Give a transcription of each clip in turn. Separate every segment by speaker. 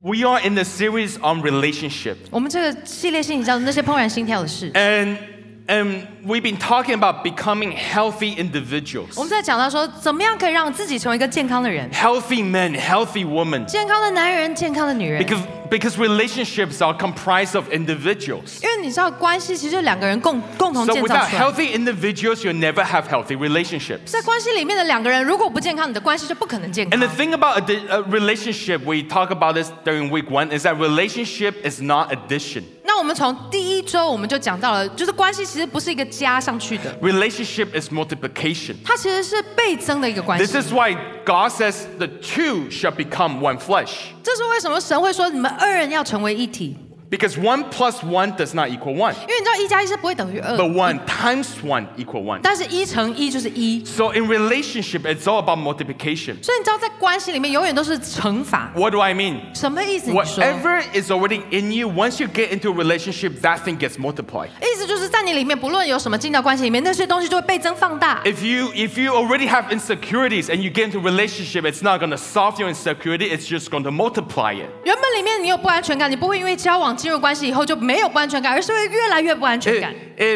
Speaker 1: We are in the series on relationships,
Speaker 2: 我们这个系列性，你知道那些怦然心跳的事。
Speaker 1: 哎 and and we've been talking about becoming healthy
Speaker 2: 我们
Speaker 1: individuals,
Speaker 2: 在讲到说，怎么样可以让自己成为一个健康的人，
Speaker 1: healthy men, healthy women,
Speaker 2: 健康的男人，健康的女人。
Speaker 1: because because relationships are comprised of individuals.
Speaker 2: 因为你知道，关系其实两个人共共同
Speaker 1: So
Speaker 2: 建造
Speaker 1: without
Speaker 2: 出来。
Speaker 1: healthy individuals, you'll never have healthy relationships.
Speaker 2: 在关系里面的两个人，如果不健康，你的关系就不可能健康
Speaker 1: And the。thing about a, a relationship, we talk about this during week one, is that relationship is not addition.
Speaker 2: 那我们从第一周我们就讲到了，就是关系其实不是一个加上去的，
Speaker 1: Relationship is multiplication.
Speaker 2: 它其实是倍增的一个关系。
Speaker 1: This is why God says the two shall become one flesh.
Speaker 2: 这是为什么神会说你们二人要成为一体？
Speaker 1: Because one plus one does not equal one,
Speaker 2: 因为你知道一加一是不会等于二，
Speaker 1: but one times one equal one.
Speaker 2: 但是一乘一就是一，
Speaker 1: So in relationship, it's all about multiplication.
Speaker 2: 所以你知道在关系里面永远都是乘法。
Speaker 1: What do I mean?
Speaker 2: 什么意思？你说，
Speaker 1: Whatever is already in you, once you get into a relationship, that thing gets multiplied.
Speaker 2: 意思就是在你里面，不论有什么进到关系里面，那些东西就会倍增放大。
Speaker 1: If you if you already have insecurities and you get into a relationship, it's not gonna solve your insecurity, it's just gonna multiply it.
Speaker 2: 原本里面你有不安全感，你不会因为交往进入关系以后就没有不安全感，而是会越来越不安全感。
Speaker 1: If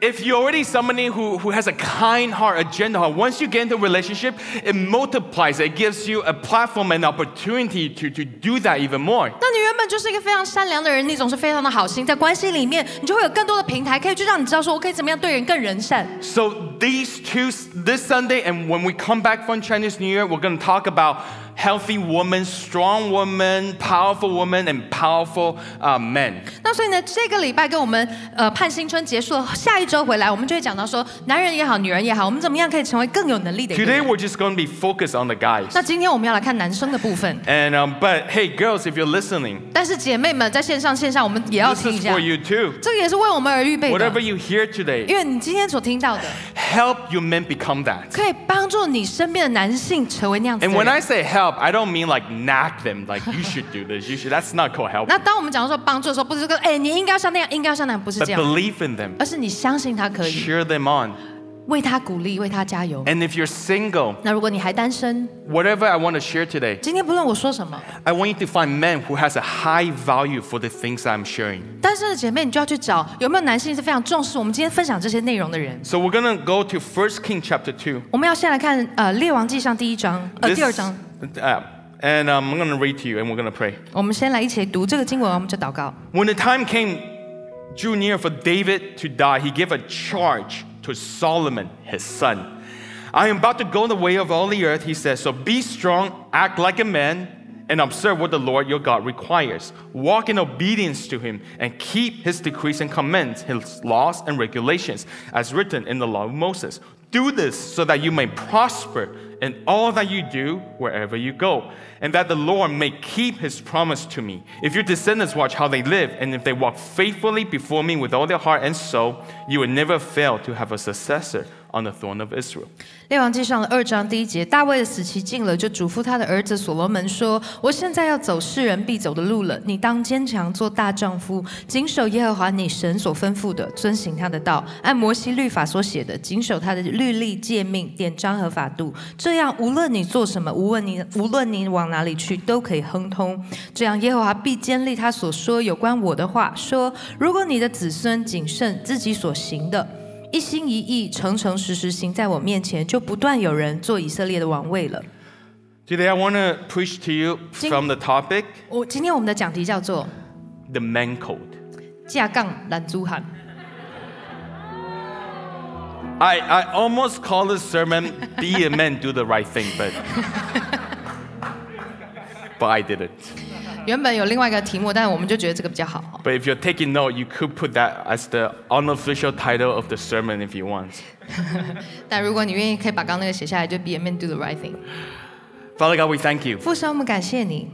Speaker 1: if- if you're already somebody who, who has a kind heart, a gentle heart, once you get into a relationship, it multiplies. It gives you a platform and opportunity to, to do that even more.
Speaker 2: 那你原本就是一个非常善良的人，你总是非常的好心，在关系里面，你就会有更多的平台可以去让你知道说，我可以怎么样对人更人善。
Speaker 1: So these two, this Sunday, and when we come back from Chinese New Year, we're going to talk about healthy women, strong women, powerful women, and powerful uh, men.
Speaker 2: 那所以呢，这个礼拜跟我们呃盼新春结束了，下一周回来我们就会讲到说，男人也好，女人也好，我们怎么样可以成为更有能力的一个
Speaker 1: Today,
Speaker 2: 人。
Speaker 1: we're just going to be focused on the guys.
Speaker 2: 那今天我们要来看男生的部分，
Speaker 1: And um, but hey, girls, if you're listening,
Speaker 2: 但是姐妹们在线上线下我们也要
Speaker 1: this
Speaker 2: 听一
Speaker 1: is
Speaker 2: 下
Speaker 1: for，you too.
Speaker 2: 这个也是为我们而预备
Speaker 1: Whatever
Speaker 2: 的，
Speaker 1: you hear today,
Speaker 2: 因为你今天所听 到的，
Speaker 1: help your men become that.
Speaker 2: 可以帮助你身边的男性成为那样子
Speaker 1: And
Speaker 2: 的
Speaker 1: when
Speaker 2: 人。
Speaker 1: I say help, I don't mean like knock them, like you should do this, you should. That's not called help.
Speaker 2: 那当我们讲说帮助的时候，不是说哎你应该要像那样，应该要像那样，不是
Speaker 1: But
Speaker 2: 这样，
Speaker 1: believe in them,
Speaker 2: 而是你相信他可以，
Speaker 1: cheer them on.
Speaker 2: 为他鼓励，为他加油。
Speaker 1: And if you're single,
Speaker 2: 那如果你还单身，
Speaker 1: whatever I want to share today,
Speaker 2: 今天不论我说什么，
Speaker 1: I want you to find men who has a high value for the things I'm sharing.
Speaker 2: 单身的姐妹，你就要去找有没有男性是非常重视我们今天分享这些内容的人。
Speaker 1: So we're gonna go to 1 King chapter 2.
Speaker 2: 我们要先来看呃《列王纪上》第一章，呃第二
Speaker 1: This-
Speaker 2: 章。
Speaker 1: uh, and um, I'm gonna read to you, and we're gonna pray.
Speaker 2: 我们先来一起读这个经文，我们就祷告。
Speaker 1: When the time came, drew near for David to die, he gave a charge to Solomon, his son. I am about to go the way of all the earth, he says. So be strong, act like a man, and observe what the Lord your God requires. Walk in obedience to him, and keep his decrees and commands, his laws and regulations, as written in the law of Moses. Do this so that you may prosper in all that you do wherever you go, and that the Lord may keep his promise to me. If your descendants watch how they live, and if they walk faithfully before me with all their heart and soul, you will never fail to have a successor on the throne of Israel.
Speaker 2: 列王纪上的二章第一节，大卫的死期近了，就嘱咐他的儿子所罗门说：“我现在要走世人必走的路了，你当坚强做大丈夫，谨守耶和华你神所吩咐的，遵行他的道，按摩西律法所写的，谨守他的律例、诫命、典章和法度。这样，无论你做什么，无论你无论你往哪里去，都可以亨通。这样，耶和华必坚立他所说有关我的话，说：如果你的子孙谨慎自己所行的。”一心一意、诚诚实实行在我面前，就不断有人做以色列的王位了。
Speaker 1: Today, I want to preach to you
Speaker 2: Jing-
Speaker 1: from the topic
Speaker 2: 我哦今天我们的讲题叫做
Speaker 1: the man code.
Speaker 2: “架杠懒猪喊
Speaker 1: I, I almost call this sermon Be a Man, Do the Right Thing, but, but I didn't. ”。
Speaker 2: 原本有另外一个题目，但我们就觉得这个比较好。
Speaker 1: But if you're taking note, you could put that as the unofficial title of the sermon if you want.
Speaker 2: 但如果你愿意，可以把刚刚那个写下来，就 “Be a man, do the right thing”。
Speaker 1: Father God, we thank you.
Speaker 2: 父神，我们感谢你。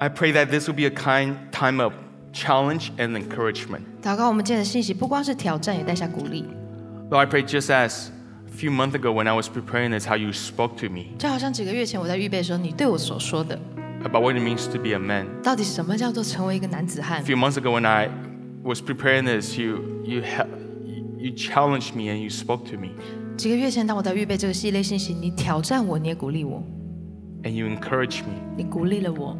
Speaker 1: I pray that this will be a kind time of challenge and encouragement.
Speaker 2: 祷告，我们今天的信息不光是挑战，也带下鼓励。
Speaker 1: Lord, I pray just as a few months ago when I was preparing this, how you spoke to me
Speaker 2: 就好像几个月前我在预备的时候，你对我所说的，
Speaker 1: about what it means to be a man.
Speaker 2: 到底什么叫做成为一个男子汉
Speaker 1: A？few months ago when I was preparing this, you, you, he- you challenged me and you spoke to me
Speaker 2: 几个月前，当我在预备这个系列信息，你挑战我，你也鼓励我，
Speaker 1: and you encouraged me.
Speaker 2: 你鼓励了我。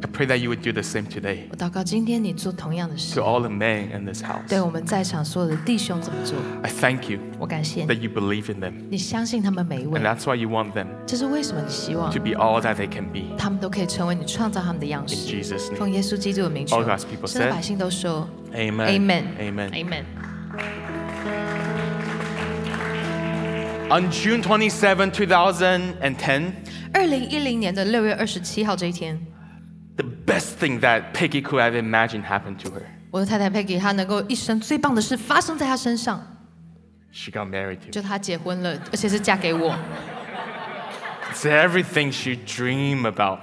Speaker 1: I pray that you would do the same today
Speaker 2: 我祷告，今天你做同样的事
Speaker 1: to，all the men in this house.
Speaker 2: 哎对我们在场所有的弟兄这么做。
Speaker 1: I thank you
Speaker 2: 我感谢
Speaker 1: that
Speaker 2: 你，
Speaker 1: you believe in them.
Speaker 2: 你相信他们每一
Speaker 1: And
Speaker 2: 位，
Speaker 1: that's why you want them
Speaker 2: 这是为什么你希望
Speaker 1: to be all that they can be.
Speaker 2: 他们都可以成为你创造他们的样
Speaker 1: In
Speaker 2: 式。
Speaker 1: Jesus'
Speaker 2: 奉
Speaker 1: name.
Speaker 2: 耶稣基督的名求
Speaker 1: All God's people，
Speaker 2: 神的
Speaker 1: said
Speaker 2: 百姓都说
Speaker 1: Amen.
Speaker 2: Amen，Amen。
Speaker 1: Amen.
Speaker 2: Amen
Speaker 1: On June 27, 2010,
Speaker 2: 二零一零年的六月二十七号这一天，
Speaker 1: the best thing that Peggy could have imagined happened to her.
Speaker 2: 我的太太 Peggy 她能够一生最棒的事发生在她身上，
Speaker 1: She got married to.
Speaker 2: 就她结婚了，而且是嫁给我，
Speaker 1: It's everything she dreamed about,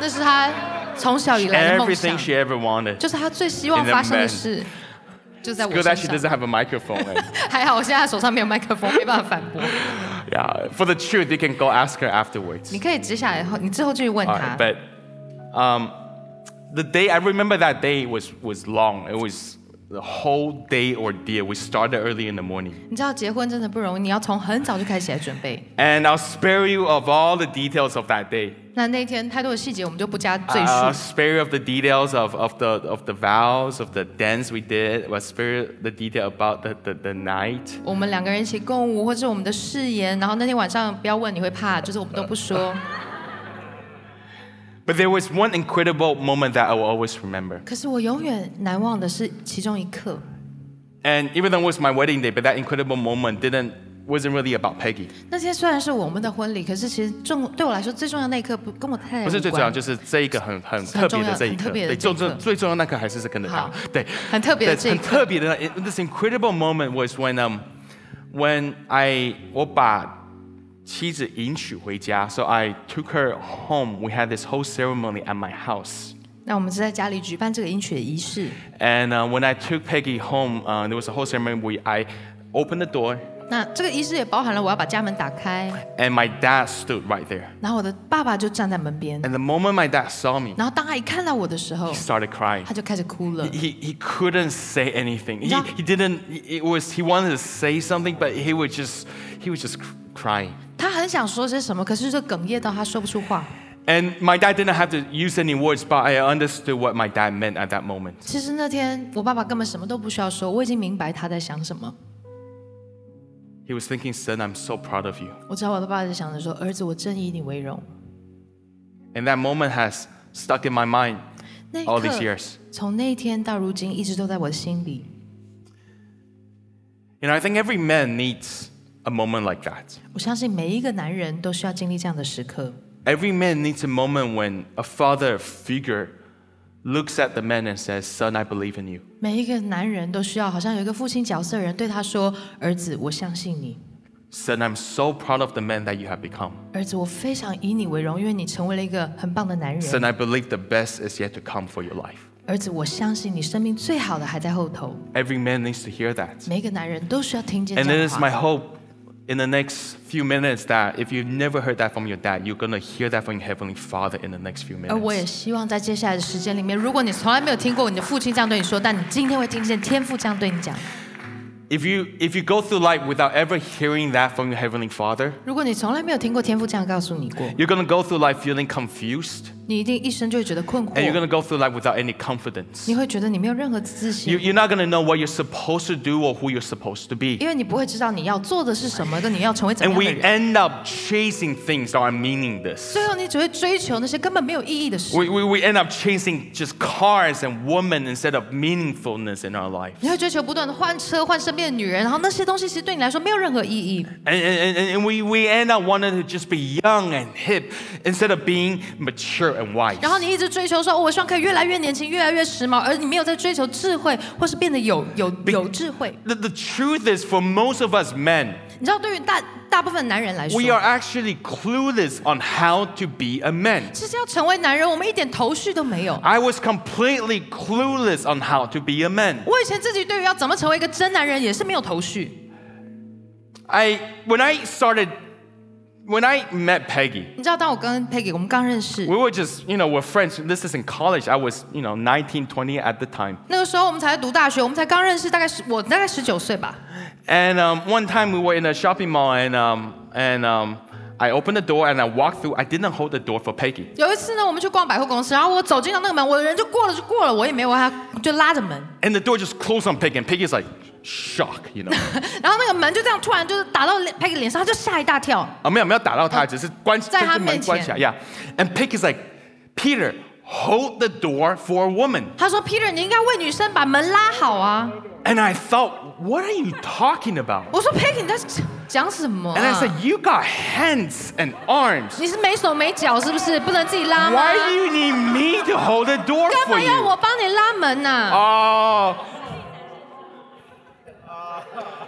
Speaker 2: 那是她从小以来的梦想
Speaker 1: everything，she ever wanted.
Speaker 2: 就是她最希望发生的事，就在我
Speaker 1: Good that she
Speaker 2: 身
Speaker 1: doesn't
Speaker 2: 上。
Speaker 1: have a microphone. and-
Speaker 2: 还好我现在手上没有麦克风，没办法反驳。
Speaker 1: yeah, for the truth, you can go ask her afterwards.
Speaker 2: 你可以接下来后，你之后就去问
Speaker 1: All right,。
Speaker 2: 她
Speaker 1: but um, the day I remember that day was was long. It was the whole day ordeal. We started early in the morning,
Speaker 2: 你知道结婚真的不容易，你要从很早就开始来准 备。
Speaker 1: and I'll spare you of all the details of that day. Uh,
Speaker 2: 那那天太多的细节，我们就不加赘
Speaker 1: I'll
Speaker 2: 述。
Speaker 1: spare you of the details of, of the of the vows, of the dance we did. I'll spare you the detail about the, the, the night.
Speaker 2: 我们两个人一起共舞，或者我们的誓言，然后那天晚上不要问，你会怕，就是我们都 不说。
Speaker 1: But there was one incredible moment that I will always remember.
Speaker 2: 可是我永远难忘的是其中一刻，
Speaker 1: And even though it was my wedding day, but that incredible moment didn't wasn't really about Peggy.
Speaker 2: 那天虽然是我们的婚礼，可是其实重对我来说最重要的那一刻不跟我太太
Speaker 1: 不是最
Speaker 2: 无
Speaker 1: 重要，
Speaker 2: 关
Speaker 1: 就是这一个很很特别的这一刻，
Speaker 2: 很重要
Speaker 1: 对，最
Speaker 2: 很特别的这一刻
Speaker 1: 重最重要那个还是是跟着他
Speaker 2: 好，
Speaker 1: 对，
Speaker 2: 很特别的
Speaker 1: 对
Speaker 2: 这一
Speaker 1: 很
Speaker 2: 刻
Speaker 1: 特别的那 this incredible moment was when um when I 我把妻子迎娶回家，so I took her home. We had this whole ceremony at my house.
Speaker 2: 那我们是在家里举办这个迎娶的仪式。
Speaker 1: And uh, when I took Peggy home, uh, there was a whole ceremony. We I opened the door,
Speaker 2: 那这个仪式也包含了我要把家门打开，
Speaker 1: and my dad stood right there.
Speaker 2: 然后我的爸爸就站在门边，
Speaker 1: And the moment my dad saw me,
Speaker 2: 然后当他一看到我的时候
Speaker 1: he，started crying.
Speaker 2: 他就开始哭了。
Speaker 1: he, he couldn't say anything. He,
Speaker 2: Yeah.
Speaker 1: he didn't. It was he wanted to say something, but he was just he was just cr- crying.
Speaker 2: 他很想说些什么，可是就哽咽到他说不出话。
Speaker 1: And my dad didn't have to use any words, but I understood what my dad meant at that moment.
Speaker 2: 其实那天我爸爸根本什么都不需要说，我已经明白他在想什么。
Speaker 1: He was thinking, "Son, I'm so proud of you."
Speaker 2: 我知道我的爸爸在想着说：“儿子，我真以你为荣。
Speaker 1: And that moment has stuck in my mind ”
Speaker 2: 那一
Speaker 1: all these
Speaker 2: 刻，
Speaker 1: years.
Speaker 2: 从那一天到如今，一直都在我的心里。
Speaker 1: You know, I think every man needs a moment like that.
Speaker 2: 我相信每一个男人都需要经历这样的时刻。
Speaker 1: Every man needs a moment when a father figure looks at the man and says, "Son, I believe in you."
Speaker 2: 每一个男人都需要，好像有一个父亲角色的人对他说：“儿子，我相信你。
Speaker 1: Son, I'm so proud of the man that you have become.
Speaker 2: 儿子，我非常以你为荣，因为你成为了一个很棒的男
Speaker 1: Son,
Speaker 2: 人。
Speaker 1: I believe the best is yet to come for your life.
Speaker 2: 儿子，我相信你生命最好的还在后头。
Speaker 1: Every man needs to hear that.
Speaker 2: 每一个男人都需要听见
Speaker 1: And
Speaker 2: 这
Speaker 1: it
Speaker 2: 样的
Speaker 1: is my
Speaker 2: 话。
Speaker 1: hope in the next few minutes that if you've never heard that from your dad, you're going to hear that from your Heavenly Father in the next few
Speaker 2: 而呃我也
Speaker 1: minutes.
Speaker 2: 希望在接下来的时间里面，如果你从来没有听过你的父亲这样对你说，但你今天会听见天父这样对你讲。
Speaker 1: If you, if you go through life without ever hearing that from your Heavenly Father,
Speaker 2: 如果你从来没有听过天父这样告诉你过，
Speaker 1: you're going to go through life feeling confused
Speaker 2: 你一定一生就会觉得困
Speaker 1: and you're
Speaker 2: 惑，
Speaker 1: going to go through life without any confidence.
Speaker 2: 你会觉得你没有任何自
Speaker 1: You,
Speaker 2: 信，
Speaker 1: you're not going to know what you're supposed to do or who you're supposed to be.
Speaker 2: 因为你不会知道你要做的是什么，跟你要成为怎么
Speaker 1: And
Speaker 2: 样
Speaker 1: we
Speaker 2: 的人。
Speaker 1: end up chasing things that are meaningless.
Speaker 2: 最后，你只会追求那些根本没有意义的事，
Speaker 1: We, we, we end up chasing just cars and women instead of meaningfulness in our life.
Speaker 2: 你会追求不断的换车、换身边的女人，然后那些东西其实对你来说没有任何意义。
Speaker 1: And, and, and, and we, we end up wanting to just be young and hip instead of being mature and wise.
Speaker 2: 然后你一直追求说，哦我希望可以越来越年轻、越来越时髦，而你没有在追求智慧，或是变得有有有智慧。
Speaker 1: The, the truth is, for most of us men,
Speaker 2: 你知道，对于大大部分男人来说，
Speaker 1: we are actually clueless on how to be a man.
Speaker 2: 其实要成为男人，我们一点头绪都没有。
Speaker 1: I was completely clueless on how to be a man.
Speaker 2: 我以前自己对于要怎么成为一个真男人也是没有头绪。
Speaker 1: I when I started, when I met Peggy,
Speaker 2: 你知道，当我跟 Peggy 我们刚认识
Speaker 1: we，were just you know we're friends. This is in college. I was you know 19, 20 at the time.
Speaker 2: 那个时候我们才读大学，我们才刚认识，大概是我大概十九岁吧。
Speaker 1: And um, one time we were in a shopping mall, and um, and um, I opened the door and I walked through. I didn't hold the door for Peggy.
Speaker 2: 有一次呢，我们去逛百货公司，然后我走进了那个门，我的人就过了就过了，我也没有他，就拉着门，
Speaker 1: And the door just closed on Peggy, and Peggy's like, shock, you know.
Speaker 2: 然后那个门就这样突然就是打到佩给脸上，他就吓一大跳。
Speaker 1: 啊，没有没有打到他，只是关
Speaker 2: 在他
Speaker 1: 就是门
Speaker 2: 面
Speaker 1: 关起来。Yeah, and Pig is like, Peter, hold the door for a woman.
Speaker 2: 他说：“Peter，你应该为女生把门拉好啊。
Speaker 1: And I thought, what are you talking ” about?
Speaker 2: 我说：“Peggy，你在讲什么、
Speaker 1: And I
Speaker 2: 啊？
Speaker 1: said, you got hands and arms.
Speaker 2: 你是没手没脚是不是？不能自己拉吗？
Speaker 1: Why do you need me to hold the door
Speaker 2: 干
Speaker 1: for
Speaker 2: 嘛要
Speaker 1: you?
Speaker 2: 我帮你拉门啊呐、
Speaker 1: Oh.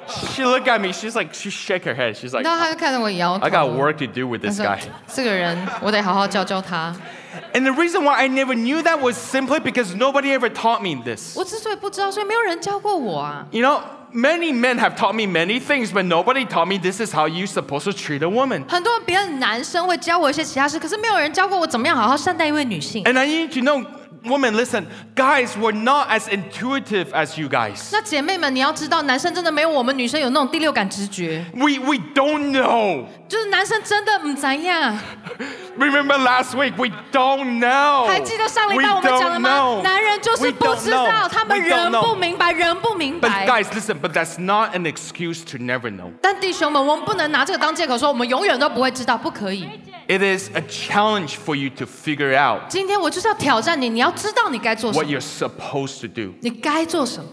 Speaker 1: She looked at me. She's like, she shake her head. She's like,
Speaker 2: 然后他就看着我摇头。
Speaker 1: I got work to do with
Speaker 2: 他
Speaker 1: this
Speaker 2: 说
Speaker 1: guy.
Speaker 2: 这个人我得好好教教他。
Speaker 1: And the reason why I never knew that was simply because nobody ever taught me this.
Speaker 2: 我之所以不知道，所以没有人教过我啊。
Speaker 1: You know, many men have taught me many things, but nobody taught me this is how you're supposed to treat a woman.
Speaker 2: 很多别的男生会教我一些其他事，可是没有人教过我怎么样好好善待一位女性。
Speaker 1: And I need you to know, women, listen, guys, we're not as intuitive as you guys.
Speaker 2: 那姐妹们，你要知道，男生真的没有我们女生有那种第六感直觉，
Speaker 1: We, we don't know.
Speaker 2: 就是男生真的唔怎样。
Speaker 1: Remember last week, we don't know.
Speaker 2: 还记得上礼
Speaker 1: Oh， we
Speaker 2: 拜我们讲了
Speaker 1: don't
Speaker 2: 吗？
Speaker 1: know.
Speaker 2: 男人就是
Speaker 1: We
Speaker 2: 不
Speaker 1: don't
Speaker 2: 知道，
Speaker 1: know.
Speaker 2: 他们
Speaker 1: We don't
Speaker 2: 人不
Speaker 1: know.
Speaker 2: 明白，人不明
Speaker 1: But
Speaker 2: 白。
Speaker 1: guys, listen, but that's not an excuse to never know.
Speaker 2: 但弟兄们，我们不能拿这个当借口说我们永远都不会知道，不可以。
Speaker 1: It is a challenge for you to figure out
Speaker 2: 今天我就是要挑战你，你要知道你该做什
Speaker 1: what
Speaker 2: 么，
Speaker 1: you're supposed to do.
Speaker 2: 你该做什么。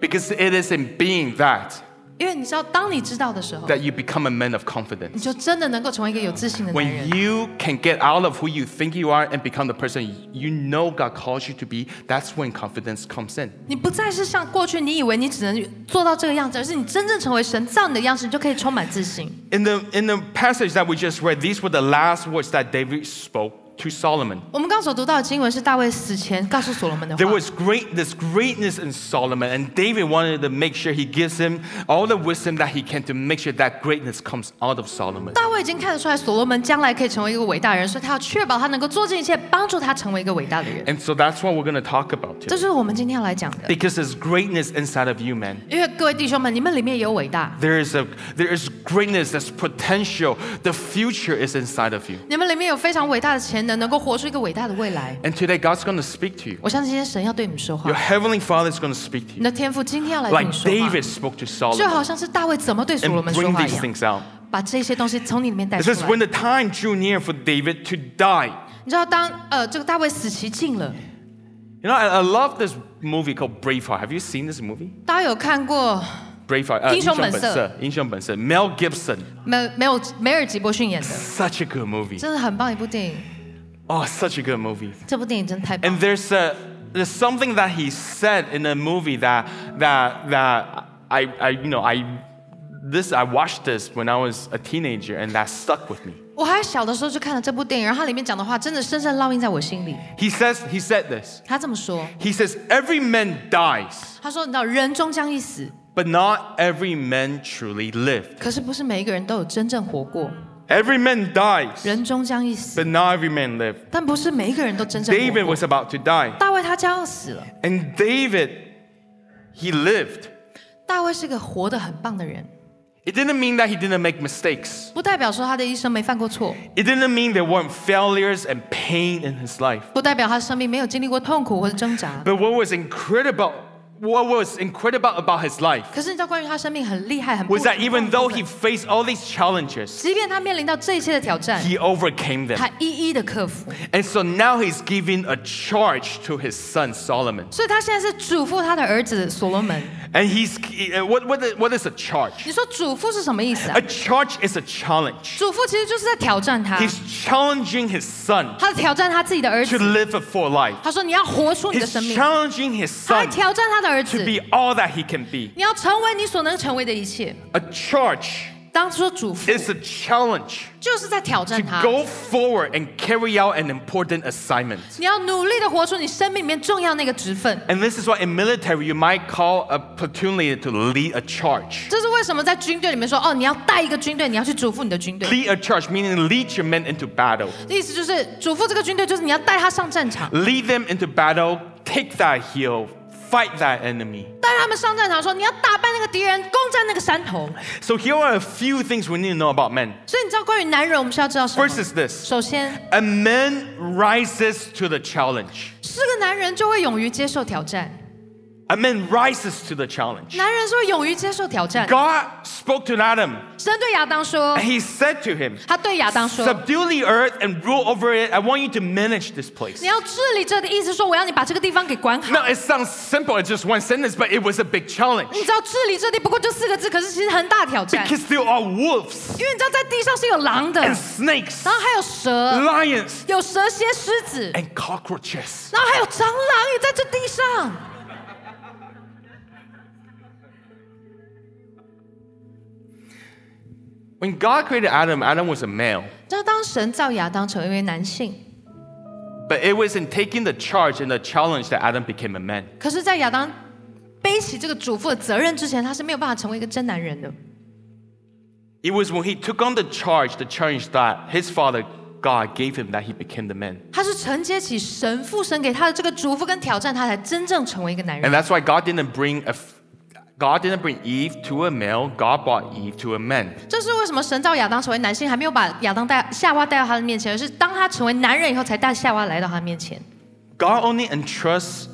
Speaker 1: Because it is in being that
Speaker 2: 因为你知道，当你知道的时候，
Speaker 1: that you become a man of confidence.
Speaker 2: 你就真的能够成为一个有自信的男人
Speaker 1: When。you can get out of who you think you are and become the person you know God calls you to be, that's when confidence comes in.
Speaker 2: 你不再是像过去你以为你只能做到这个样子，而是你真正成为神造你的样式，你就可以充满自信。
Speaker 1: In the in the passage that we just read, these were the last words that David spoke to Solomon.
Speaker 2: 我们刚所读到的经文是大卫死前告诉所罗门的
Speaker 1: There
Speaker 2: 话。
Speaker 1: was great this greatness in Solomon, and David wanted to make sure he gives him all the wisdom that he can to make sure that greatness comes out of Solomon.
Speaker 2: 大卫已经看得出来，所罗门将来可以成为一个伟大人，所以他要确保他能够做尽一切，帮助他成为一个伟大的人。
Speaker 1: And so that's what we're gonna talk about
Speaker 2: 这就
Speaker 1: today.
Speaker 2: 是我们今天要来讲的。
Speaker 1: Because there's greatness inside of you, man.
Speaker 2: 因为各位弟兄们，你们里面有伟大，
Speaker 1: There is a there is greatness, there's potential. The future is inside of you.
Speaker 2: 你们里面有非常伟大的潜能，能够活出一个伟大的未来。
Speaker 1: And today, God's going to speak to you.
Speaker 2: 我相信今天神要对你们说话
Speaker 1: Your，heavenly Father is going to speak to
Speaker 2: 你
Speaker 1: you,
Speaker 2: 的天赋今天要来对你
Speaker 1: like
Speaker 2: 说话，
Speaker 1: David spoke to
Speaker 2: 就
Speaker 1: Solomon,
Speaker 2: 好像是大卫怎么对所罗
Speaker 1: and
Speaker 2: 门说
Speaker 1: bring
Speaker 2: 话一
Speaker 1: these
Speaker 2: 样，
Speaker 1: things out.
Speaker 2: 把这些东西从你里面带
Speaker 1: It
Speaker 2: 出
Speaker 1: says,
Speaker 2: 来
Speaker 1: when。the time drew near for David to die.
Speaker 2: 你知道当呃这个大卫死期近了，
Speaker 1: You know, I, I love this movie called Braveheart. Have you seen this movie?
Speaker 2: 大家有看过
Speaker 1: Braveheart. uh,
Speaker 2: 英雄本色。
Speaker 1: 英雄本色。Mel Gibson.
Speaker 2: 梅梅有梅尔吉伯逊演的，
Speaker 1: Such a good movie.
Speaker 2: 真的很棒一部电影，
Speaker 1: Oh, such a good movie.
Speaker 2: 这部电影真的太棒。
Speaker 1: And there's a there's something that he said in the movie that that that I, I you know I this I watched this when I was a teenager and that stuck with me.
Speaker 2: 我还小的时候就看了这部电影，然后它里面讲的话真的深深烙印在我心里。
Speaker 1: He says he said this.
Speaker 2: 他这么说，
Speaker 1: He says every man dies,
Speaker 2: 他说：“你知道人终将一死，
Speaker 1: but not every man truly lived.
Speaker 2: 可是不是每一个人都有真正活过。
Speaker 1: Every man dies,
Speaker 2: 人终将一死，
Speaker 1: but not every man lived.
Speaker 2: 但不是每一个人都真正活
Speaker 1: David
Speaker 2: 过。”
Speaker 1: was about to die,
Speaker 2: 大卫他将要死了，
Speaker 1: and David he lived.
Speaker 2: 大卫是个活得很棒的人，
Speaker 1: It didn't mean that he didn't make mistakes.
Speaker 2: 不代表说他的一生没犯过错，
Speaker 1: It didn't mean there weren't failures and pain in his life.
Speaker 2: 不代表他生命没有经历过痛苦或者挣扎。
Speaker 1: But what was incredible, what was incredible about his life
Speaker 2: 可是你知道，关于他生命很厉害、很不
Speaker 1: was
Speaker 2: 一样
Speaker 1: that
Speaker 2: 的
Speaker 1: even
Speaker 2: 部
Speaker 1: though
Speaker 2: 分
Speaker 1: he faced all these challenges,
Speaker 2: 即便他面临到这一切的挑战，
Speaker 1: he overcame them.
Speaker 2: 他一一的克服。
Speaker 1: And so now he's giving a charge to his son Solomon.
Speaker 2: 所以他现在是嘱咐他的儿子所罗门。
Speaker 1: And he's uh, what what is, what is a charge?
Speaker 2: 你说嘱咐是什么意思啊
Speaker 1: A？charge is a challenge.
Speaker 2: 嘱咐其实就是在挑战他，
Speaker 1: He's challenging his son
Speaker 2: 他在挑战他自己的儿
Speaker 1: to
Speaker 2: 子。
Speaker 1: live a full life.
Speaker 2: 他说：“你要活出你的
Speaker 1: He's
Speaker 2: 生命。”
Speaker 1: challenging his
Speaker 2: 他在
Speaker 1: son
Speaker 2: 挑战他的儿子
Speaker 1: to，be all that he can be.
Speaker 2: 你要成为你所能成为的一切。
Speaker 1: A charge
Speaker 2: 当初嘱咐
Speaker 1: is a challenge
Speaker 2: 就是在挑战
Speaker 1: to
Speaker 2: 他。
Speaker 1: go forward and carry out an important assignment.
Speaker 2: 你要努力的活出你生命里面重要那个职分。
Speaker 1: And this is why in military you might call a platoon leader to lead a charge.
Speaker 2: 这是为什么在军队里面说，哦，你要带一个军队，你要去嘱咐你的军队。
Speaker 1: Lead a charge meaning lead your men into battle.
Speaker 2: 意思就是嘱咐这个军队，就是你要带他上战场，
Speaker 1: Lead them into battle, take that hill, fight that enemy.
Speaker 2: 带他们上战场说，你要打败那个敌人，攻占那个山头。
Speaker 1: So here are a few things we need to know about men.
Speaker 2: 所以你知道关于男人，我们需要知道什么
Speaker 1: First is this
Speaker 2: 首先，
Speaker 1: a man rises to the challenge.
Speaker 2: 是个男人就会勇于接受挑战，
Speaker 1: A man rises to the challenge.
Speaker 2: 男人是会勇于接受挑战。
Speaker 1: God spoke to Adam
Speaker 2: 神对亚当说
Speaker 1: and，he said to him,
Speaker 2: 他对亚当说。
Speaker 1: Subdue the earth and rule over it. I want you to manage this place.
Speaker 2: 你要治理这的意思说，我要你把这个地方给管好。
Speaker 1: Now, it sounds simple, it's just one sentence, but it was a big challenge.
Speaker 2: 你知道治理这地不过就四个字，可是其实很大挑战，
Speaker 1: Because there are wolves
Speaker 2: 因为你知道在地上是有狼的，
Speaker 1: and
Speaker 2: 然
Speaker 1: snakes,
Speaker 2: 后还有蛇，
Speaker 1: lions,
Speaker 2: 有蛇蝎、狮子，
Speaker 1: and cockroaches.
Speaker 2: 然后还有蟑螂也在这地上。
Speaker 1: When God created Adam, Adam was a male.
Speaker 2: 你知道当神造亚当成为一位男性，
Speaker 1: But it was in taking the charge and the challenge that Adam became a man.
Speaker 2: 可是，在亚当背起这个主妇的责任之前，他是没有办法成为一个真男人的。
Speaker 1: It was when he took on the charge, the challenge that his father, God, gave him that he became the man.
Speaker 2: 他是承接起神父神给他的这个嘱咐跟挑战，他才真正成为一个男人
Speaker 1: And。that's why God didn't bring a f- God didn't bring Eve to a male, God brought Eve to a man.
Speaker 2: 这是为什么神造亚当成为男性，还没有把亚当带夏娃带到他的面前，而是当他成为男人以后，才带夏娃来到他面前。
Speaker 1: God only entrusts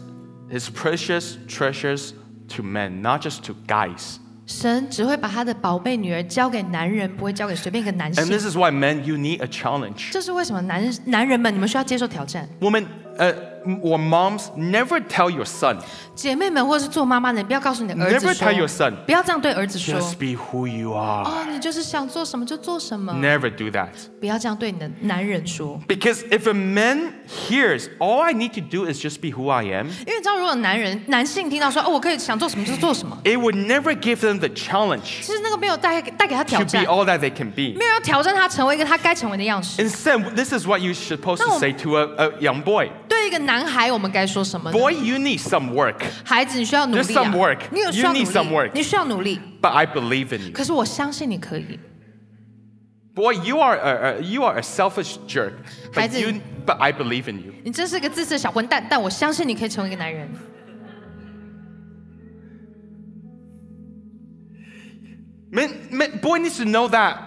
Speaker 1: his precious treasures to men, not just to guys.
Speaker 2: 神只会把他的宝贝女儿交给男人，不会交给随便一个男
Speaker 1: And
Speaker 2: 性。
Speaker 1: this is why men, you need a challenge.
Speaker 2: 这是为什么男男人们，你们需要接受挑战。
Speaker 1: Women uh, m- or moms, never tell your son,
Speaker 2: 姐妹们，或者是做妈妈的，你不要告诉你的儿子
Speaker 1: never
Speaker 2: 说
Speaker 1: tell your son,
Speaker 2: 不要这样对儿子说。
Speaker 1: just be who you are.
Speaker 2: 哦，你就是想做什么就做什么，
Speaker 1: Never do that.
Speaker 2: 不要这样对你的男人说。
Speaker 1: Because if a man hears, all I need to do is just be who I am,
Speaker 2: 因为你知道，如果男人男性听到说哦，我可以想做什么就做什么，
Speaker 1: it would never give them the challenge
Speaker 2: 其实那个没有带带给他挑
Speaker 1: to
Speaker 2: 战
Speaker 1: be，all that they can be.
Speaker 2: 没有要挑战他成为一个他该成为的样式。
Speaker 1: Instead, this is what you're supposed to
Speaker 2: No.
Speaker 1: say to a, a young boy
Speaker 2: 对一个男孩，我们该说什么呢
Speaker 1: Boy, you need some work,
Speaker 2: 孩子，你需要努
Speaker 1: There's
Speaker 2: 力、啊
Speaker 1: some work.
Speaker 2: 你有需要
Speaker 1: You
Speaker 2: 努
Speaker 1: need some
Speaker 2: 力
Speaker 1: work.，
Speaker 2: 你需要努力。
Speaker 1: but I believe in you.
Speaker 2: 可是我相信你可以。
Speaker 1: Boy, you are a, a- you are a selfish jerk, but,
Speaker 2: Haizin.
Speaker 1: you, but I believe in you.
Speaker 2: 你真是个自私的小混蛋，但我相信你可以成为一个男人。
Speaker 1: Men, men, boy needs to know that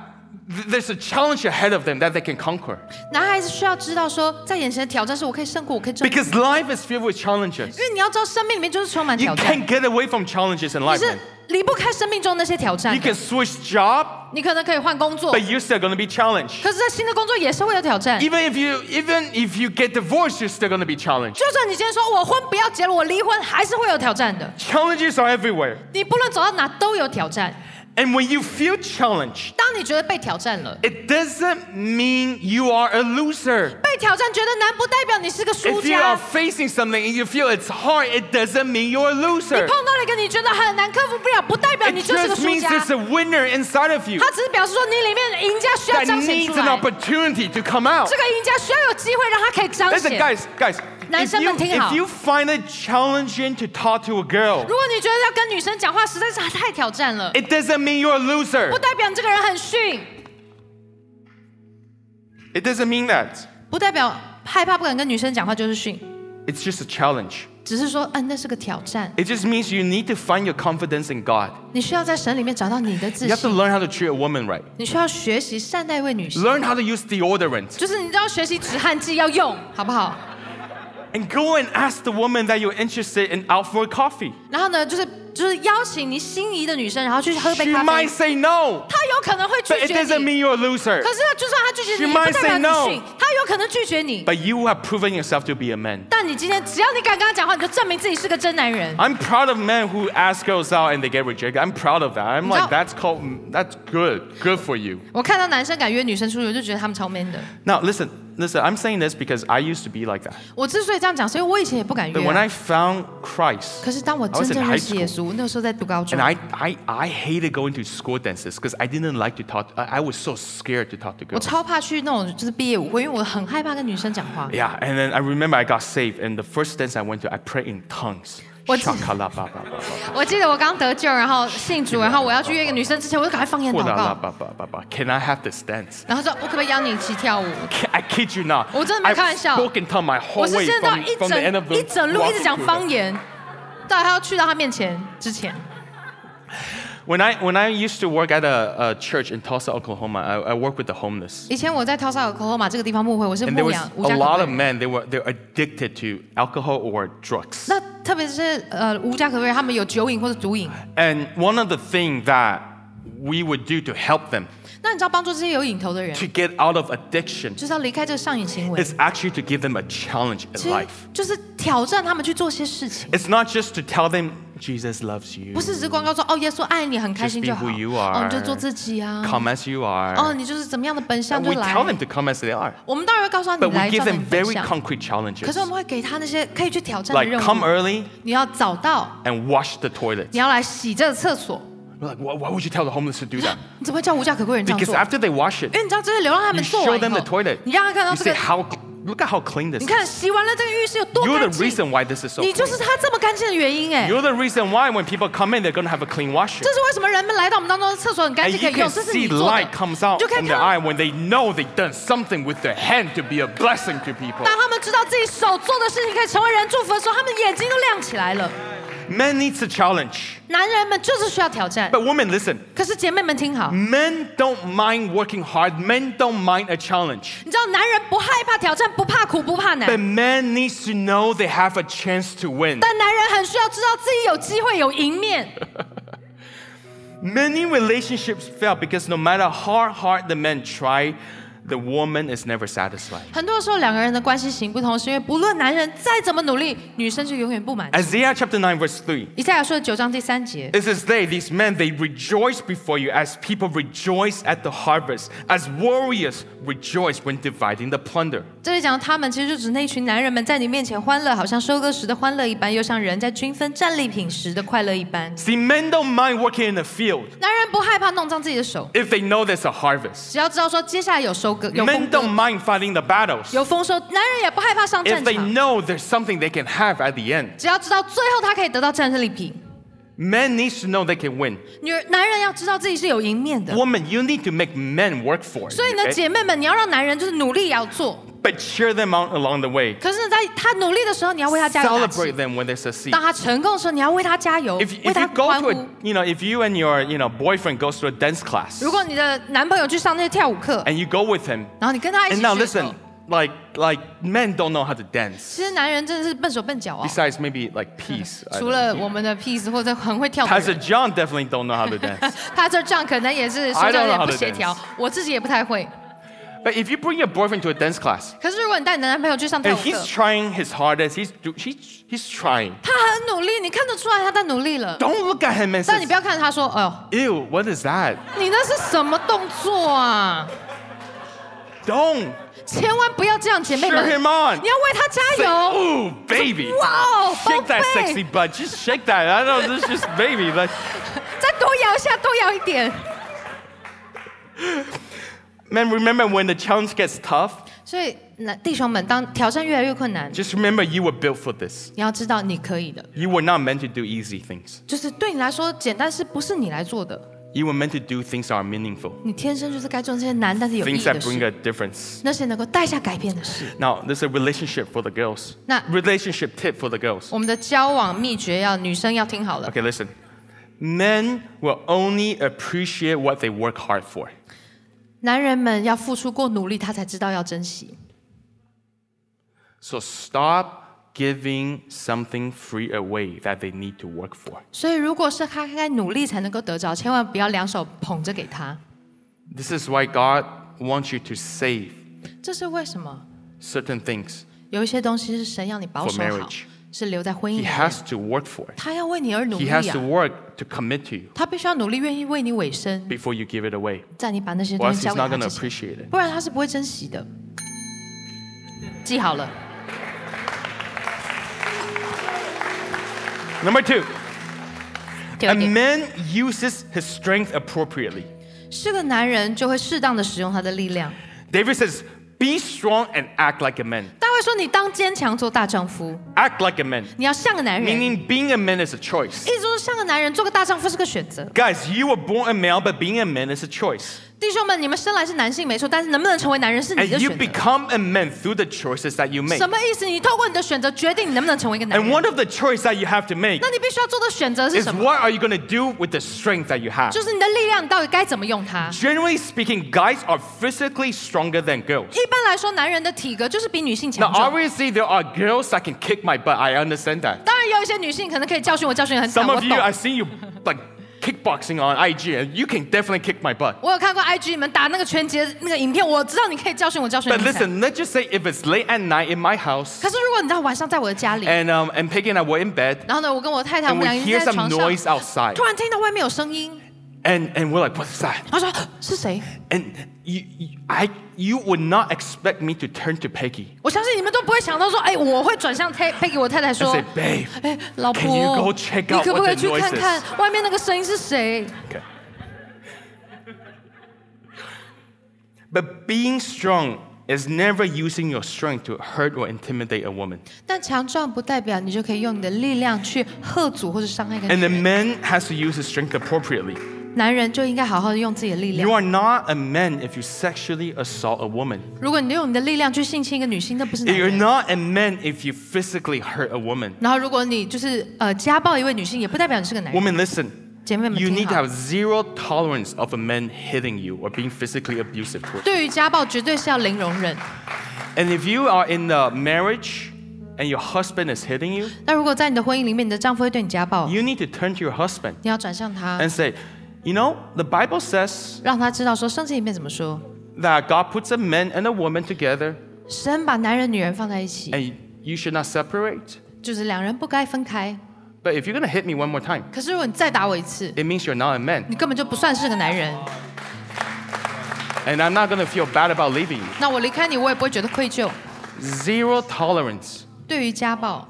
Speaker 1: th- there's a challenge ahead of them that they can conquer.
Speaker 2: 男孩子需要知道说，在眼前的挑战是我可以胜过，我可以征服。
Speaker 1: Because life is filled with challenges.
Speaker 2: 因为你要知道，生命里面就是充满
Speaker 1: You
Speaker 2: 挑战，
Speaker 1: can't get away from challenges in
Speaker 2: 你
Speaker 1: life.
Speaker 2: 是
Speaker 1: Man.
Speaker 2: 离不开生命中那些挑战
Speaker 1: You
Speaker 2: 的。
Speaker 1: can switch job,
Speaker 2: 你可能可以换工作，
Speaker 1: but you're still gonna be challenged.
Speaker 2: 可是，在新的工作也是会有挑战。
Speaker 1: Even if you even if you get divorced, you're still gonna be challenged.
Speaker 2: 就算你今天说我婚不要结了，我离婚，还是会有挑战的。
Speaker 1: Challenges are everywhere.
Speaker 2: 你不论走到哪都有挑战。
Speaker 1: And when you feel challenged,
Speaker 2: 当你觉得被挑战了，
Speaker 1: it doesn't mean you are a loser.
Speaker 2: 被挑战觉得难，不代表你是个输
Speaker 1: If you are
Speaker 2: 家。
Speaker 1: facing something and you feel it's hard, it doesn't mean you're a
Speaker 2: 你
Speaker 1: loser.
Speaker 2: 碰到了一个你觉得很难克服不了，不代表
Speaker 1: It
Speaker 2: 你就是个
Speaker 1: just
Speaker 2: 输
Speaker 1: means
Speaker 2: 家。
Speaker 1: there's a winner inside of you
Speaker 2: 他只是表示说你里面的赢家需要
Speaker 1: that
Speaker 2: 彰显
Speaker 1: needs
Speaker 2: 出
Speaker 1: an
Speaker 2: 来，
Speaker 1: opportunity to come out.
Speaker 2: 这个赢家需要有机会让他可以彰
Speaker 1: Listen,
Speaker 2: 显。
Speaker 1: guys, guys. If you,
Speaker 2: 男生们听好。
Speaker 1: if you find it challenging to talk to a girl,
Speaker 2: 如果你觉得要跟女生讲话实在是太挑战了，
Speaker 1: it doesn't mean you're a loser.
Speaker 2: 不代表你这个人很逊，
Speaker 1: It doesn't mean that.
Speaker 2: 不代表害怕不敢跟女生讲话就是逊，
Speaker 1: It's just a challenge.
Speaker 2: 只是说，嗯、那是个挑战。
Speaker 1: It just means you need to find your confidence in God.
Speaker 2: 你需要在神里面找到你的自
Speaker 1: You have to
Speaker 2: 信，
Speaker 1: learn how to treat a woman right.
Speaker 2: 你需要学习善待一位女性，
Speaker 1: Learn how to use deodorant.
Speaker 2: 就是你知道学习止汗剂要用，好不好？
Speaker 1: And go and ask the woman that you're interested in out for a coffee.
Speaker 2: 然后呢，就是就是邀请你心仪的女生，然后去喝杯
Speaker 1: She
Speaker 2: 咖啡
Speaker 1: might。say no,
Speaker 2: 她有可能会
Speaker 1: but
Speaker 2: 拒
Speaker 1: it
Speaker 2: 绝
Speaker 1: doesn't
Speaker 2: 你，
Speaker 1: mean you're a loser.
Speaker 2: 可是啊她就算她拒绝
Speaker 1: She
Speaker 2: 你，也不
Speaker 1: might
Speaker 2: 代表
Speaker 1: say no
Speaker 2: 你逊，她有可能拒绝你。
Speaker 1: But you have proven yourself to be a man.
Speaker 2: 但你今天只要你敢跟她讲话，你就证明自己是个真男人。
Speaker 1: I'm proud of men who ask girls out and they get rejected. I'm proud of that. I'm like,
Speaker 2: No.
Speaker 1: that's called, that's good. Good for you.
Speaker 2: 我看到男生敢约女生出去，我就觉得他们超 man 的。
Speaker 1: Now, listen, listen, I'm saying this because I used to be like that.
Speaker 2: 我之所以这样讲，是因为我以前也不敢
Speaker 1: But
Speaker 2: 约
Speaker 1: when
Speaker 2: 啊、
Speaker 1: I found Christ,
Speaker 2: 可是当我
Speaker 1: I was
Speaker 2: 真
Speaker 1: in
Speaker 2: 正
Speaker 1: high
Speaker 2: 认识耶稣，那个时候在读高中
Speaker 1: And，I, I, I hated going to school dances because I didn't like to talk. I, I was so scared to talk to
Speaker 2: 我
Speaker 1: girls.
Speaker 2: 超怕去那种就是毕业舞会，因为我很害怕跟女生讲话。
Speaker 1: Yeah, and then I remember I got saved, and the first dance I went to, I prayed in tongues.
Speaker 2: What's-
Speaker 1: Shakala ba ba ba ba,
Speaker 2: 我记得我刚得救，然后信
Speaker 1: 啊
Speaker 2: 主，然后我要去约一个女生之前，我就赶快放眼祷
Speaker 1: hula la
Speaker 2: 告，
Speaker 1: ba ba ba ba. Can I have this dance?
Speaker 2: 然后说我可不可以邀你一起跳舞？
Speaker 1: I kid you not.
Speaker 2: 我真的没开玩笑。
Speaker 1: I spoke in tongue my
Speaker 2: 我
Speaker 1: whole
Speaker 2: 是
Speaker 1: way
Speaker 2: 真的到
Speaker 1: from,
Speaker 2: 一
Speaker 1: Oh， from the end of
Speaker 2: 整
Speaker 1: the
Speaker 2: 一整路一直
Speaker 1: walking
Speaker 2: 讲
Speaker 1: through
Speaker 2: 方言，到他要去到他面前之前，
Speaker 1: the- When I, when I used to work at a, a church in Tulsa, Oklahoma, I, I worked with the homeless.
Speaker 2: 以前我在 Tulsa Oklahoma 这个地方牧会，我是
Speaker 1: And there
Speaker 2: 牧
Speaker 1: was
Speaker 2: 羊
Speaker 1: a
Speaker 2: 无家可
Speaker 1: lot
Speaker 2: 归
Speaker 1: of。men, they were, they were addicted to alcohol or drugs.
Speaker 2: 那特别是呃无家可归，他们有酒瘾或者毒瘾。
Speaker 1: And one of the things that we would do to help them
Speaker 2: 那你知道帮助这些有瘾头的人，
Speaker 1: to get out of addiction
Speaker 2: 就是要离开这个上瘾行为，
Speaker 1: is actually to give them a challenge in
Speaker 2: 其实
Speaker 1: life.
Speaker 2: 就是挑战他们去做些事情，
Speaker 1: It's not just to tell them Jesus loves you,
Speaker 2: 不是只是光告诉哦耶稣爱你很开心就好，
Speaker 1: Just be who you
Speaker 2: 哦
Speaker 1: are
Speaker 2: 你就做自己啊，
Speaker 1: come as you
Speaker 2: 哦
Speaker 1: are.
Speaker 2: 你就是怎么样的本相
Speaker 1: And
Speaker 2: 就
Speaker 1: we
Speaker 2: 来
Speaker 1: tell。them to come as they are.
Speaker 2: 我们当然会告诉他你
Speaker 1: But
Speaker 2: 来
Speaker 1: we
Speaker 2: 照
Speaker 1: give
Speaker 2: 你
Speaker 1: them
Speaker 2: 本
Speaker 1: very
Speaker 2: 相，
Speaker 1: concrete
Speaker 2: 可
Speaker 1: challenges.
Speaker 2: 是我们会给他那些可以去挑战的
Speaker 1: Like
Speaker 2: 任
Speaker 1: come
Speaker 2: 务。
Speaker 1: early
Speaker 2: 你要早到，
Speaker 1: and wash the toilet.
Speaker 2: 你要来洗这个厕所，
Speaker 1: We're like, why why would you tell the homeless to do that?
Speaker 2: 你怎么会叫无家可归人这样
Speaker 1: Because
Speaker 2: 做？
Speaker 1: after they wash it,
Speaker 2: 因为你知道这些流浪汉
Speaker 1: you
Speaker 2: 们做完
Speaker 1: show
Speaker 2: 以
Speaker 1: them the
Speaker 2: 后
Speaker 1: toilet.
Speaker 2: 你让他看到
Speaker 1: You
Speaker 2: 这
Speaker 1: say
Speaker 2: 个
Speaker 1: how look at how clean this
Speaker 2: 你
Speaker 1: is.
Speaker 2: 看洗完了这个浴室有多
Speaker 1: You're
Speaker 2: 干
Speaker 1: the
Speaker 2: 净，
Speaker 1: reason why this is so
Speaker 2: 你
Speaker 1: clean.
Speaker 2: 就是他这么干净的原因哎。
Speaker 1: You're the reason why when people come in, they're gonna have a clean washroom.
Speaker 2: 这是为什么人们来到我们当中，厕所很干
Speaker 1: And
Speaker 2: 净
Speaker 1: you
Speaker 2: 可以用，
Speaker 1: can
Speaker 2: 这是你
Speaker 1: see
Speaker 2: 做的。
Speaker 1: light comes out
Speaker 2: 你就可
Speaker 1: from
Speaker 2: 以看
Speaker 1: their
Speaker 2: 到
Speaker 1: eye，when they know they've done something with their hand to be a blessing to people.
Speaker 2: 当他们知道自己手做的事情可以成为人祝福的时候，他们眼睛都亮起来了。
Speaker 1: Men needs a challenge.
Speaker 2: 男人们就是需要挑战，
Speaker 1: But women, listen.
Speaker 2: 可是姐妹们听好，
Speaker 1: Men don't mind working hard. Men don't mind a challenge.
Speaker 2: 你知道男人不害怕挑战，不怕苦，不怕难，
Speaker 1: But men needs to know they have a chance to win.
Speaker 2: 但男人很需要知道自己有机会有赢面。
Speaker 1: Many relationships fail because no matter how hard the men try, the woman is never satisfied.
Speaker 2: 很多时候两个人的关系行不通，是因为不论男人再怎么努力，女生就永远不满足。
Speaker 1: Isaiah chapter 9, verse 3.
Speaker 2: 以赛亚书的九章第三节，
Speaker 1: It says they, these men, they rejoice before you as people rejoice at the harvest, as warriors rejoice when dividing the plunder.
Speaker 2: 这里讲到他们其实就指那群男人们在你面前欢乐，好像收割时的欢乐一般，又像人在均分战利品时的快乐一般。
Speaker 1: See, men don't mind working in the field
Speaker 2: 男人不害怕弄脏自己的手，
Speaker 1: if they know there's a harvest.
Speaker 2: 只要知道说接下来有收割，有
Speaker 1: Men
Speaker 2: 丰收，
Speaker 1: don't mind fighting the battles
Speaker 2: 有丰收，男人也不害怕上
Speaker 1: if
Speaker 2: 战
Speaker 1: they
Speaker 2: 场，
Speaker 1: know there's something they can have at the end.
Speaker 2: 只要知道最后他可以得到战利品。
Speaker 1: Men needs to know they can win.
Speaker 2: 女人男人要知道自己是有赢面的，
Speaker 1: Woman, you need to make men work for it.
Speaker 2: 所以呢，
Speaker 1: okay?
Speaker 2: 姐妹们，你要让男人就是努力也要做，
Speaker 1: But cheer them on along the way.
Speaker 2: 可是呢，在他努力的时候，你要为他加油打
Speaker 1: Celebrate
Speaker 2: 气。
Speaker 1: them when they succeed.
Speaker 2: 当他成功的时候，你要为他加油，
Speaker 1: If,
Speaker 2: 为
Speaker 1: if
Speaker 2: 他
Speaker 1: you go
Speaker 2: 欢
Speaker 1: to
Speaker 2: 呼。
Speaker 1: a, you know, if you and your, you know, boyfriend goes to a dance class
Speaker 2: 如果你的男朋友去上那些跳舞课，
Speaker 1: and you go with him,
Speaker 2: 然后你跟他一起
Speaker 1: And
Speaker 2: 去
Speaker 1: now
Speaker 2: 的时候
Speaker 1: listen, like like men don't know how to dance.
Speaker 2: 其实男人真的是笨手笨脚啊、
Speaker 1: Besides maybe like peace. I
Speaker 2: 除
Speaker 1: don't
Speaker 2: 了
Speaker 1: know.
Speaker 2: 我们的 peace 或者很会跳的
Speaker 1: Pastor
Speaker 2: 人，
Speaker 1: John definitely don't know how to dance.
Speaker 2: 他这仗可能也是
Speaker 1: I
Speaker 2: 说
Speaker 1: don't know
Speaker 2: 教
Speaker 1: how
Speaker 2: 也
Speaker 1: to
Speaker 2: 不协调
Speaker 1: dance.，
Speaker 2: 我自己也不太会。
Speaker 1: but if you bring your boyfriend to a dance class
Speaker 2: 可是如果你带你的男朋友去上跳
Speaker 1: and
Speaker 2: 舞
Speaker 1: he's
Speaker 2: 课，
Speaker 1: trying his hardest, he's do, he, he's trying.
Speaker 2: 他很努力，你看得出来他在努力了。
Speaker 1: Don't look at him and
Speaker 2: 但
Speaker 1: say,
Speaker 2: 你不要看他说，哎呦，
Speaker 1: "Ew, what is that?"
Speaker 2: 你那是什么动作啊？
Speaker 1: Don't
Speaker 2: 千万不要这样，姐妹
Speaker 1: cheer
Speaker 2: 们，
Speaker 1: him on.
Speaker 2: 你要为他加
Speaker 1: Say,
Speaker 2: 油。
Speaker 1: "Ooh, baby."
Speaker 2: Wow,
Speaker 1: Shake that
Speaker 2: Bombay.
Speaker 1: sexy butt. Just shake that. I don't know. This is just baby. Like,
Speaker 2: 再多摇一下，多摇一点。
Speaker 1: man, remember when the challenge gets tough?
Speaker 2: 所以，那弟兄们，当挑战越来越困难，
Speaker 1: Just remember you were built for this.
Speaker 2: 你要知道你可以的。
Speaker 1: You were not meant to do easy things.
Speaker 2: 就是对你来说，简单事不是你来做的，
Speaker 1: You were meant to do things that are meaningful,
Speaker 2: 你天生就是该做那些难但是有意义
Speaker 1: things
Speaker 2: 的
Speaker 1: that bring
Speaker 2: 事，
Speaker 1: a difference.
Speaker 2: 那些能够带下改变的事。
Speaker 1: Now, there's a relationship for the girls.
Speaker 2: Nah.
Speaker 1: Relationship tip for the girls.
Speaker 2: 我们的交往秘诀要女生要听好了，
Speaker 1: Okay, listen. Men will only appreciate what they work hard for.
Speaker 2: 男人们要付出过努力，他才知道要珍惜。
Speaker 1: So stop giving something free away that they need to work for.
Speaker 2: 所以，如果是他该努力才能够得着，千万不要两手捧着给他。
Speaker 1: This is why God wants you to save
Speaker 2: 这是为什么？
Speaker 1: certain things.
Speaker 2: 有一些东西是神要你保守
Speaker 1: For
Speaker 2: 好
Speaker 1: marriage.，
Speaker 2: 是留在婚姻
Speaker 1: He
Speaker 2: 里面
Speaker 1: has to work for it.
Speaker 2: 他要为你而努
Speaker 1: He
Speaker 2: 力
Speaker 1: has to
Speaker 2: 啊，
Speaker 1: work to commit to you
Speaker 2: 他必须要努力，愿意为你委身，
Speaker 1: before you give it away,
Speaker 2: 在你把那些
Speaker 1: or
Speaker 2: 东
Speaker 1: else
Speaker 2: 西交
Speaker 1: He's
Speaker 2: 给
Speaker 1: not
Speaker 2: 他
Speaker 1: going to
Speaker 2: 之前。
Speaker 1: appreciate it.
Speaker 2: 不然他是不会珍惜的。记好了。
Speaker 1: Number two.
Speaker 2: 第二
Speaker 1: A
Speaker 2: 点，
Speaker 1: man uses his strength appropriately.
Speaker 2: 是个男人就会适当的使用他的力量。
Speaker 1: David says, Be strong and act like a man.
Speaker 2: 大卫说：“你当坚强做大丈夫，
Speaker 1: Act like a man.
Speaker 2: 你要像个男人。”意
Speaker 1: Meaning, being a man is a choice.
Speaker 2: 思说，像个男人做个大丈夫是个选择。
Speaker 1: Guys, you were born a male, but being a man is a choice.
Speaker 2: 弟兄们，你们生来是男性没错，但是能不能成为男人是你
Speaker 1: And
Speaker 2: 的
Speaker 1: you
Speaker 2: 选择。
Speaker 1: become a man through the choices that you make.
Speaker 2: 什么意思？你透过你的选择决定你能不能成为一个男
Speaker 1: And
Speaker 2: 人。
Speaker 1: one of the choices that you have to make
Speaker 2: 那你必须要做的选择是
Speaker 1: is
Speaker 2: 什么？
Speaker 1: what are you going to do with the strength that you have?
Speaker 2: 就是你的力量，你到底该怎么用它？
Speaker 1: Generally speaking, guys are physically stronger than girls.
Speaker 2: 一般来说，男人的体格就是比女性
Speaker 1: Now,
Speaker 2: 强壮。
Speaker 1: obviously, there are girls that can kick my butt. I understand that.
Speaker 2: 当然，也有一些女性可能可以教训我，教训得很惨。
Speaker 1: Some
Speaker 2: 我
Speaker 1: of you,
Speaker 2: 懂。
Speaker 1: I see you like kickboxing on IG, and you can definitely kick my butt.
Speaker 2: 我有看过 IG 你们打那个拳击的那个影片，我知道你可以教训我，教训得
Speaker 1: But
Speaker 2: 很惨。
Speaker 1: listen, let's just say if it's late at night in my house,
Speaker 2: 可是如果你到晚上在我的家里，
Speaker 1: and um, and Peggy and I were in bed,
Speaker 2: 然后呢，我跟我太太我
Speaker 1: and
Speaker 2: 们
Speaker 1: we
Speaker 2: 两个人
Speaker 1: hear
Speaker 2: 在
Speaker 1: some
Speaker 2: 床
Speaker 1: noise
Speaker 2: 上，
Speaker 1: outside,
Speaker 2: 突然听到外面有声音，
Speaker 1: and and we're like, what's that?
Speaker 2: 然后说是谁？
Speaker 1: And you, you, I, you would not expect me to turn to Peggy
Speaker 2: 我相信你们都不会想到说，哎，我会转向 Tay 给我太太
Speaker 1: and
Speaker 2: 说
Speaker 1: say,，babe.
Speaker 2: 哎，老婆，
Speaker 1: Can you go
Speaker 2: 你
Speaker 1: check
Speaker 2: 可
Speaker 1: out
Speaker 2: 不
Speaker 1: what
Speaker 2: 可以
Speaker 1: the
Speaker 2: 去
Speaker 1: noise
Speaker 2: 看
Speaker 1: is？
Speaker 2: 看外面那个声音是谁？
Speaker 1: Okay. But being strong is never using your strength to hurt or intimidate a woman.
Speaker 2: 但强壮不代表你就可以用你的力量去喝阻或者伤害一个
Speaker 1: And
Speaker 2: 女
Speaker 1: the
Speaker 2: 人。
Speaker 1: man has to use his strength appropriately.
Speaker 2: 男人就应该好好的用自己的力
Speaker 1: You
Speaker 2: 量。
Speaker 1: are not a man if you sexually assault a woman.
Speaker 2: 如果你用你的力量去性侵一个女性，那不是男
Speaker 1: You're
Speaker 2: 人。
Speaker 1: not a man if you physically hurt a woman.
Speaker 2: 然后，如果你就是呃家暴一位女性，也不代表你是个男人。
Speaker 1: Woman, listen.
Speaker 2: 姐妹们
Speaker 1: You
Speaker 2: 听
Speaker 1: need to
Speaker 2: 好
Speaker 1: have，zero tolerance of a man hitting you or being physically abusive towards.
Speaker 2: 对于家暴绝对是要零容忍。
Speaker 1: And if you are in a marriage and your husband is hitting you,
Speaker 2: 那如果在你的婚姻里面，你的丈夫会对你家暴，
Speaker 1: you need to turn to your husband
Speaker 2: 你要转向他，
Speaker 1: and say, you know, the Bible says
Speaker 2: 让他知道说圣经里面怎么说，
Speaker 1: that God puts a man and a woman together
Speaker 2: 神把男人女人放在一起，
Speaker 1: and you should not separate.
Speaker 2: 就是两人不该分开。
Speaker 1: But if you're gonna hit me one more time,
Speaker 2: 可是如果你再打我一次，
Speaker 1: it means you're not a man.
Speaker 2: 你根本就不算是个男人。
Speaker 1: And I'm not gonna feel bad about leaving you.
Speaker 2: 那我离开你，我也不会觉得愧疚。
Speaker 1: Zero tolerance.
Speaker 2: 对于家暴，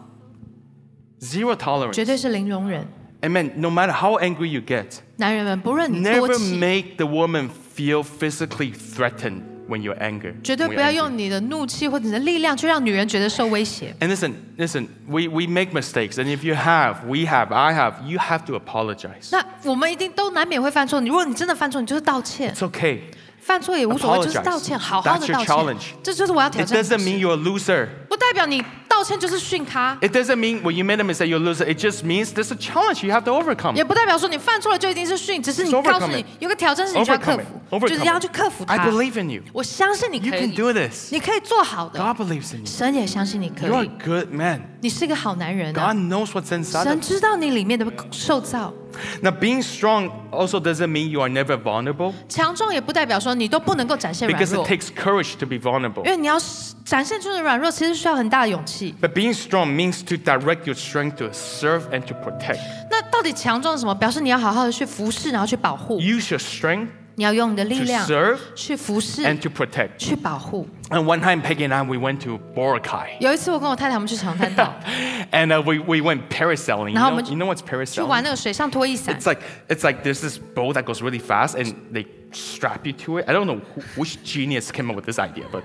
Speaker 1: Zero tolerance.
Speaker 2: 绝对是零容忍。
Speaker 1: And man, no matter how angry you get,
Speaker 2: 男人们，不论你多
Speaker 1: never
Speaker 2: 气，
Speaker 1: make the woman feel physically threatened when you're angry.
Speaker 2: 绝对
Speaker 1: when
Speaker 2: 不
Speaker 1: you're
Speaker 2: 要
Speaker 1: angry.
Speaker 2: 用你的怒气或者你的力量去让女人觉得受威胁。
Speaker 1: And listen, listen, we, we make mistakes. And if you have, we have, I have, you have to apologize.
Speaker 2: 那我们一定都难免会犯错。你如果你真的犯错，你就是道歉，
Speaker 1: It's okay.
Speaker 2: 犯错也无所谓，就是
Speaker 1: Apologize.
Speaker 2: 道歉，好好的
Speaker 1: That's your
Speaker 2: 道
Speaker 1: challenge.
Speaker 2: 歉。这就是我要挑
Speaker 1: It
Speaker 2: 战的
Speaker 1: doesn't
Speaker 2: 事
Speaker 1: mean you're a loser.
Speaker 2: 不代表你道歉就是训他，
Speaker 1: It doesn't mean when you made a mistake, you're a loser. It just means there's a challenge you have to overcome.
Speaker 2: 也不代表说你犯错了就一定是训，只是你
Speaker 1: It's overcome
Speaker 2: 告诉你
Speaker 1: it.
Speaker 2: 有个挑战是你需要克
Speaker 1: Overcome
Speaker 2: 服
Speaker 1: it. Overcome
Speaker 2: 就是
Speaker 1: it.
Speaker 2: 要去克服
Speaker 1: I
Speaker 2: 它。
Speaker 1: believe in you.
Speaker 2: 我相信你
Speaker 1: You
Speaker 2: 可
Speaker 1: can
Speaker 2: 以，
Speaker 1: do this.
Speaker 2: 你可以做好的
Speaker 1: God。believes in you.
Speaker 2: 神也相信你可
Speaker 1: You're a
Speaker 2: 以，
Speaker 1: good man.
Speaker 2: 你是一个好男人啊
Speaker 1: God knows what's inside
Speaker 2: 神
Speaker 1: of
Speaker 2: 知道你里面的受造，
Speaker 1: you. Now, being strong also doesn't mean you are never vulnerable
Speaker 2: 强壮也不代表说你都不能够展现软
Speaker 1: because
Speaker 2: 弱
Speaker 1: it，takes courage to be vulnerable.
Speaker 2: 因为你要展现出的软弱，其实需要很大的勇气。
Speaker 1: But being strong means to direct your strength to serve and to protect.
Speaker 2: 那到底强壮是什么？表示你要好好的去服侍，然后去保护，
Speaker 1: Use your strength
Speaker 2: 你要用你的力
Speaker 1: to
Speaker 2: 量
Speaker 1: serve
Speaker 2: 去服侍
Speaker 1: and、to protect.
Speaker 2: 去保护。
Speaker 1: And one time, Peggy and I, we went to Boracay.
Speaker 2: 有一次我跟我太太我们去长滩岛
Speaker 1: and uh, we, we went parasailing. You
Speaker 2: 然后
Speaker 1: know,
Speaker 2: 我们就-
Speaker 1: you know what's
Speaker 2: 去玩
Speaker 1: parasailing?
Speaker 2: 那个水上拖衣伞
Speaker 1: It's，like, it's like there's this boat that goes really fast and they strap you to it. I don't know who, which genius came up with this idea, but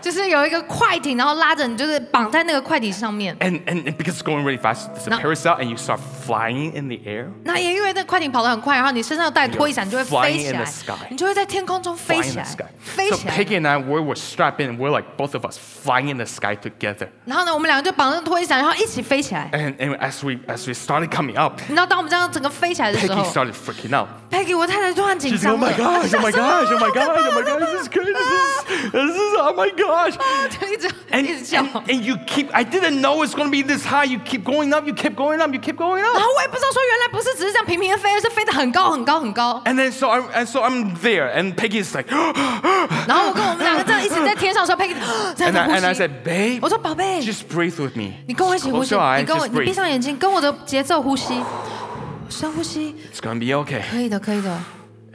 Speaker 2: 就是有一个快艇，然后拉着你，就是绑在那个快艇上面。
Speaker 1: and, and, and because it's going really fast, it's a
Speaker 2: No.
Speaker 1: parasail and you start flying in the air.
Speaker 2: 那也因为那快艇跑得很快，然后你身上带拖衣伞，你就会
Speaker 1: Flying
Speaker 2: 飞起
Speaker 1: in the
Speaker 2: 来
Speaker 1: sky，
Speaker 2: 你就会在天空中飞
Speaker 1: Flying in
Speaker 2: 起
Speaker 1: the
Speaker 2: 来
Speaker 1: sky.，
Speaker 2: 飞
Speaker 1: So
Speaker 2: 起来。
Speaker 1: Peggy and I, we were strapped in. We're like both of us flying in the sky together.
Speaker 2: 然后呢，我们两个就绑着拖衣伞，然后一起飞起来。
Speaker 1: And, and as we as we started coming up,
Speaker 2: 你知道，当我们这样整个飞起来的时
Speaker 1: Peggy
Speaker 2: 候
Speaker 1: started freaking out.
Speaker 2: ，Peggy，我太太突然紧
Speaker 1: She's like,
Speaker 2: 张
Speaker 1: oh
Speaker 2: 了
Speaker 1: my gosh, oh my
Speaker 2: 她吓
Speaker 1: gosh, oh
Speaker 2: 死我了
Speaker 1: my gosh, oh my gosh, this is crazy. This is, this is oh my gosh.
Speaker 2: 就一直
Speaker 1: And,
Speaker 2: 一直叫。
Speaker 1: and, and you keep, I didn't know it's going to be this high. You keep going up, you keep going up, you keep going
Speaker 2: 然
Speaker 1: up.
Speaker 2: 后我也不知道说，原来不是只是这样平平的飞，而是飞得很高很高很高。
Speaker 1: And then so I'm, and so I'm there, and Peggy's like,
Speaker 2: 然后我跟我们两个这样一起在天 上的时候，Peggy 这样
Speaker 1: and, I,
Speaker 2: 子
Speaker 1: and I
Speaker 2: 呼吸。
Speaker 1: said, babe,
Speaker 2: 我说宝贝，
Speaker 1: just breathe with me.
Speaker 2: 你跟我一
Speaker 1: Just
Speaker 2: 起呼
Speaker 1: close
Speaker 2: 吸，
Speaker 1: your
Speaker 2: 你
Speaker 1: eyes,
Speaker 2: 跟我，
Speaker 1: just
Speaker 2: 你闭
Speaker 1: breathe.
Speaker 2: 上眼睛，跟我的节奏呼吸，深呼吸，
Speaker 1: It's going to be okay.
Speaker 2: 可以的，可以的，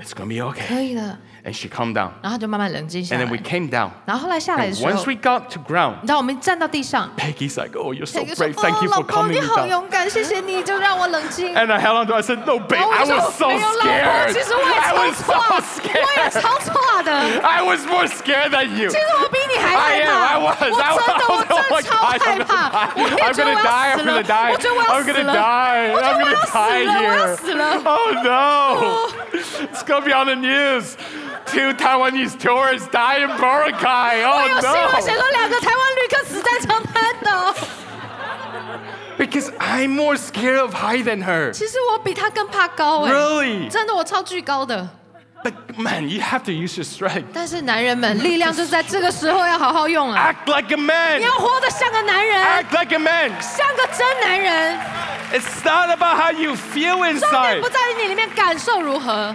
Speaker 1: It's going to be
Speaker 2: 可
Speaker 1: okay.
Speaker 2: 以的。
Speaker 1: And she calmed down.
Speaker 2: 然后就慢慢冷静下
Speaker 1: And
Speaker 2: 来
Speaker 1: then we。came down.
Speaker 2: 然后后来下来的
Speaker 1: And
Speaker 2: 时候，
Speaker 1: once we
Speaker 2: 你
Speaker 1: got to ground,
Speaker 2: 知道我们站到地上，
Speaker 1: Peggy's like, oh, you're
Speaker 2: 他
Speaker 1: so
Speaker 2: 就说：“
Speaker 1: brave. Thank
Speaker 2: 哦，
Speaker 1: you
Speaker 2: 老
Speaker 1: for
Speaker 2: 公
Speaker 1: calming
Speaker 2: 你
Speaker 1: me
Speaker 2: 好
Speaker 1: down.
Speaker 2: 勇敢，谢谢你，就让我冷静。”
Speaker 1: And I held on to her. I said, no, babe,
Speaker 2: 然后
Speaker 1: I
Speaker 2: 我就说
Speaker 1: was：“ so
Speaker 2: 没有老公，
Speaker 1: scared.
Speaker 2: 其实我也
Speaker 1: I
Speaker 2: 超
Speaker 1: was
Speaker 2: 错啊
Speaker 1: so
Speaker 2: 我也
Speaker 1: scared.
Speaker 2: 超错啊的。
Speaker 1: I was more scared than you.
Speaker 2: 其实我比你还
Speaker 1: I
Speaker 2: 害
Speaker 1: am.
Speaker 2: 怕，
Speaker 1: I
Speaker 2: 我
Speaker 1: was. I
Speaker 2: 真
Speaker 1: was.
Speaker 2: 的，
Speaker 1: I
Speaker 2: 我真的
Speaker 1: was.
Speaker 2: 超
Speaker 1: Oh my
Speaker 2: 害
Speaker 1: God,
Speaker 2: 怕，我也
Speaker 1: I'm
Speaker 2: 觉得
Speaker 1: gonna
Speaker 2: 我
Speaker 1: die.
Speaker 2: 要
Speaker 1: I'm
Speaker 2: 死了，
Speaker 1: gonna die.
Speaker 2: 我觉得我要
Speaker 1: I'm
Speaker 2: 死
Speaker 1: gonna
Speaker 2: 了，
Speaker 1: die. Oh, I'm
Speaker 2: 我觉得
Speaker 1: gonna
Speaker 2: 我要死了，我要
Speaker 1: die
Speaker 2: 死了
Speaker 1: Oh. here.。Oh no! It's gonna be on the news. two Taiwanese tourists die in Boracay.
Speaker 2: 我有
Speaker 1: Oh
Speaker 2: 新闻
Speaker 1: no!
Speaker 2: 写说两个台湾旅客死在长滩岛。
Speaker 1: Because I'm more scared of high than her.
Speaker 2: 其实我比他更怕高哎
Speaker 1: Really?
Speaker 2: 真的我超巨高的。
Speaker 1: But man, you have to use your strength.
Speaker 2: 但是男人们，力量就是在这个时候要好好用啊！
Speaker 1: Act like a man.
Speaker 2: 你要活得像个男人，
Speaker 1: Act like a man.
Speaker 2: 像个真男人。
Speaker 1: It's not about how you feel
Speaker 2: 重点
Speaker 1: inside.
Speaker 2: 不在于你里面感受如何。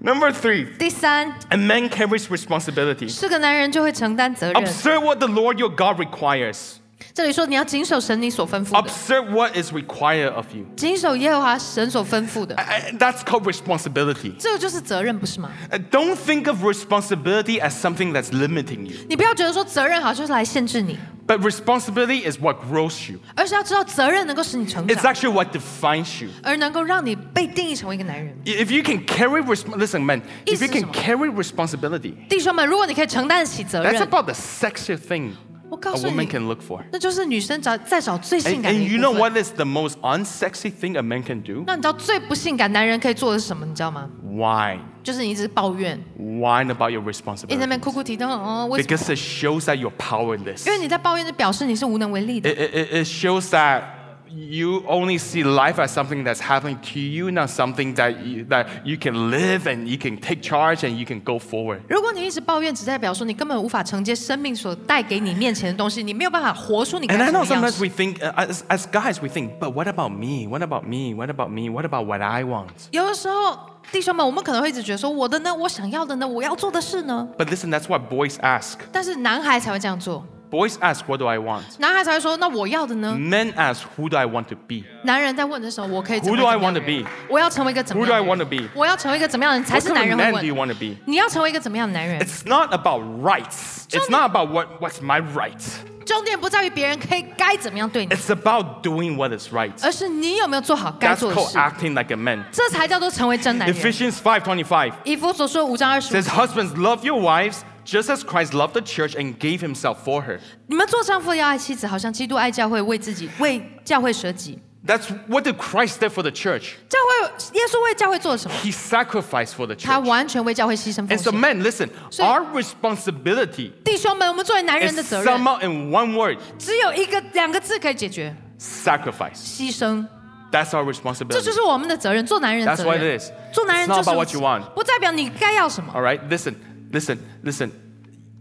Speaker 1: Number three,
Speaker 2: 第三，
Speaker 1: a man carries responsibility.
Speaker 2: 是个男人就会承担责任。
Speaker 1: Observe what the Lord your God requires.
Speaker 2: 这里说你要谨守神你所吩咐的，
Speaker 1: Observe what is required of you.
Speaker 2: 谨守耶和华神所吩咐的，
Speaker 1: I- I- That's called responsibility.
Speaker 2: 这个就是责任，不是吗？
Speaker 1: Uh, Don't think of responsibility as something that's limiting you.
Speaker 2: 你不要觉得说责任好像是来限制你，
Speaker 1: But responsibility is what grows you.
Speaker 2: 而是要知道责任能够使你成
Speaker 1: It's
Speaker 2: 长，
Speaker 1: actually what defines you.
Speaker 2: 而能够让你被定义成为一个男人。
Speaker 1: If you can carry resp- listen, man, if you can
Speaker 2: 意思是什么？
Speaker 1: carry responsibility,
Speaker 2: 弟兄们，如果你可以承担得起责
Speaker 1: that's
Speaker 2: 任，
Speaker 1: about the sexiest thing a
Speaker 2: 我告诉你，
Speaker 1: woman can look for.
Speaker 2: 那就是女生找再找最性
Speaker 1: And,
Speaker 2: 感的
Speaker 1: and
Speaker 2: 一
Speaker 1: you
Speaker 2: 部
Speaker 1: know
Speaker 2: 分
Speaker 1: what is the most unsexy thing a man can do?
Speaker 2: 那你知道最不性感男人可以做的是什么？你知道吗？
Speaker 1: Whine.
Speaker 2: 就是你一直抱怨，
Speaker 1: 嗯 Whine about your
Speaker 2: 一直在那
Speaker 1: responsibility.
Speaker 2: 边哭哭啼啼，哦，为什么？
Speaker 1: Because it shows that you're powerless.
Speaker 2: 因为你在抱怨，就表示你是无能为力的。
Speaker 1: It, it, it- it shows that you only see life as something that's happening to you, not something that you, that you can live and you can take charge and you can go forward.
Speaker 2: 如果你一直抱怨，只代表说你根本无法承接生命所带给你面前的东西，你没有办法活出你该
Speaker 1: And I
Speaker 2: 什
Speaker 1: know
Speaker 2: 么样
Speaker 1: sometimes
Speaker 2: 子。
Speaker 1: we think, uh, as, as guys, we think, but what about me? What about me? What about me? What about what I want?
Speaker 2: 有的时候，弟兄们，我们可能会一直觉得说我的呢，我想要的呢，我要做的事呢，
Speaker 1: But listen, that's what boys ask.
Speaker 2: 但是男孩才会这样做，
Speaker 1: Boys ask, what do I want?
Speaker 2: 男孩才会说那我要的呢。
Speaker 1: Men ask, who do I want to be?
Speaker 2: 男人在问的时候，我可以怎
Speaker 1: Who
Speaker 2: 么
Speaker 1: do I
Speaker 2: 样
Speaker 1: want
Speaker 2: 的
Speaker 1: to
Speaker 2: 人
Speaker 1: be?
Speaker 2: 我要成为一个怎
Speaker 1: Who
Speaker 2: 么
Speaker 1: do I
Speaker 2: 样的人
Speaker 1: want to be?
Speaker 2: 我要成为一个怎么样的人才
Speaker 1: What
Speaker 2: 是男
Speaker 1: kind
Speaker 2: 人
Speaker 1: of
Speaker 2: 会
Speaker 1: man do you
Speaker 2: 问？
Speaker 1: want to be?
Speaker 2: 你要成为一个怎么样的男人？
Speaker 1: It's not about rights. It's not about what, what's my right.
Speaker 2: 重点不在于别人可以该怎么样对你，
Speaker 1: It's about doing what is right.
Speaker 2: 而是你有没有做好该
Speaker 1: That's
Speaker 2: 做的
Speaker 1: called
Speaker 2: 事，
Speaker 1: acting like a man.
Speaker 2: 这才叫做成为真男人。
Speaker 1: Ephesians 5:25
Speaker 2: 以弗所说五章二十五
Speaker 1: says, "Husbands, love your wives, just as Christ loved the church and gave himself for her."
Speaker 2: 你们做丈夫的要爱妻子，好像基督爱教会，为自己为教会舍己。
Speaker 1: That's what did Christ did for the church.
Speaker 2: 教会耶稣为教会做了什么？
Speaker 1: He sacrificed for the
Speaker 2: 他
Speaker 1: church.
Speaker 2: 完全为教会牺牲奉
Speaker 1: And so,
Speaker 2: 献。
Speaker 1: men, listen.
Speaker 2: 所以-
Speaker 1: Our responsibility
Speaker 2: 弟兄们，我们作为男人
Speaker 1: is
Speaker 2: 的责任
Speaker 1: summed，up in one word:
Speaker 2: 只有一个两个字可以解决：
Speaker 1: sacrifice.
Speaker 2: 牺牲。
Speaker 1: That's our
Speaker 2: 这
Speaker 1: responsibility.
Speaker 2: 就是我们的责任，做男人的
Speaker 1: That's
Speaker 2: 责
Speaker 1: what
Speaker 2: 任
Speaker 1: it is.。
Speaker 2: 做男
Speaker 1: It's
Speaker 2: 人就
Speaker 1: not
Speaker 2: 是
Speaker 1: about what you want.
Speaker 2: 不代表你该要什么。
Speaker 1: All right. Listen. Listen. Listen.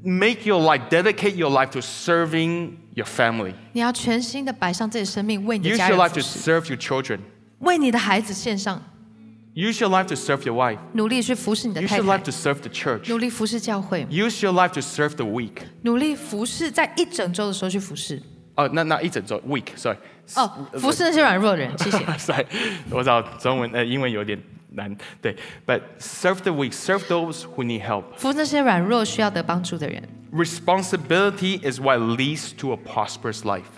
Speaker 1: Make your life, dedicate your life to serving your family.
Speaker 2: 你要全心的摆上自己的生命，为你的
Speaker 1: Use
Speaker 2: 家
Speaker 1: your
Speaker 2: 人
Speaker 1: life
Speaker 2: 服
Speaker 1: to
Speaker 2: 侍，
Speaker 1: serve your children.
Speaker 2: 为你的孩子献上，
Speaker 1: Use your life to serve your wife.
Speaker 2: 努力去服侍你的
Speaker 1: Use
Speaker 2: 太
Speaker 1: your life
Speaker 2: 太，
Speaker 1: to serve the church.
Speaker 2: 努力服侍教会，
Speaker 1: Use your life to serve the weak.
Speaker 2: 努力服侍在一整周的时候去服侍。
Speaker 1: Oh, not not 一整周 weak. Sorry. 嗯
Speaker 2: 哦，
Speaker 1: 呃
Speaker 2: 服侍那些软弱的人，谢谢。
Speaker 1: sorry. 我知道中文呃英文有点难。对，but serve the weak. Serve those who need help.
Speaker 2: 服侍那些软弱需要得帮助的人。
Speaker 1: Responsibility is what leads to a prosperous life.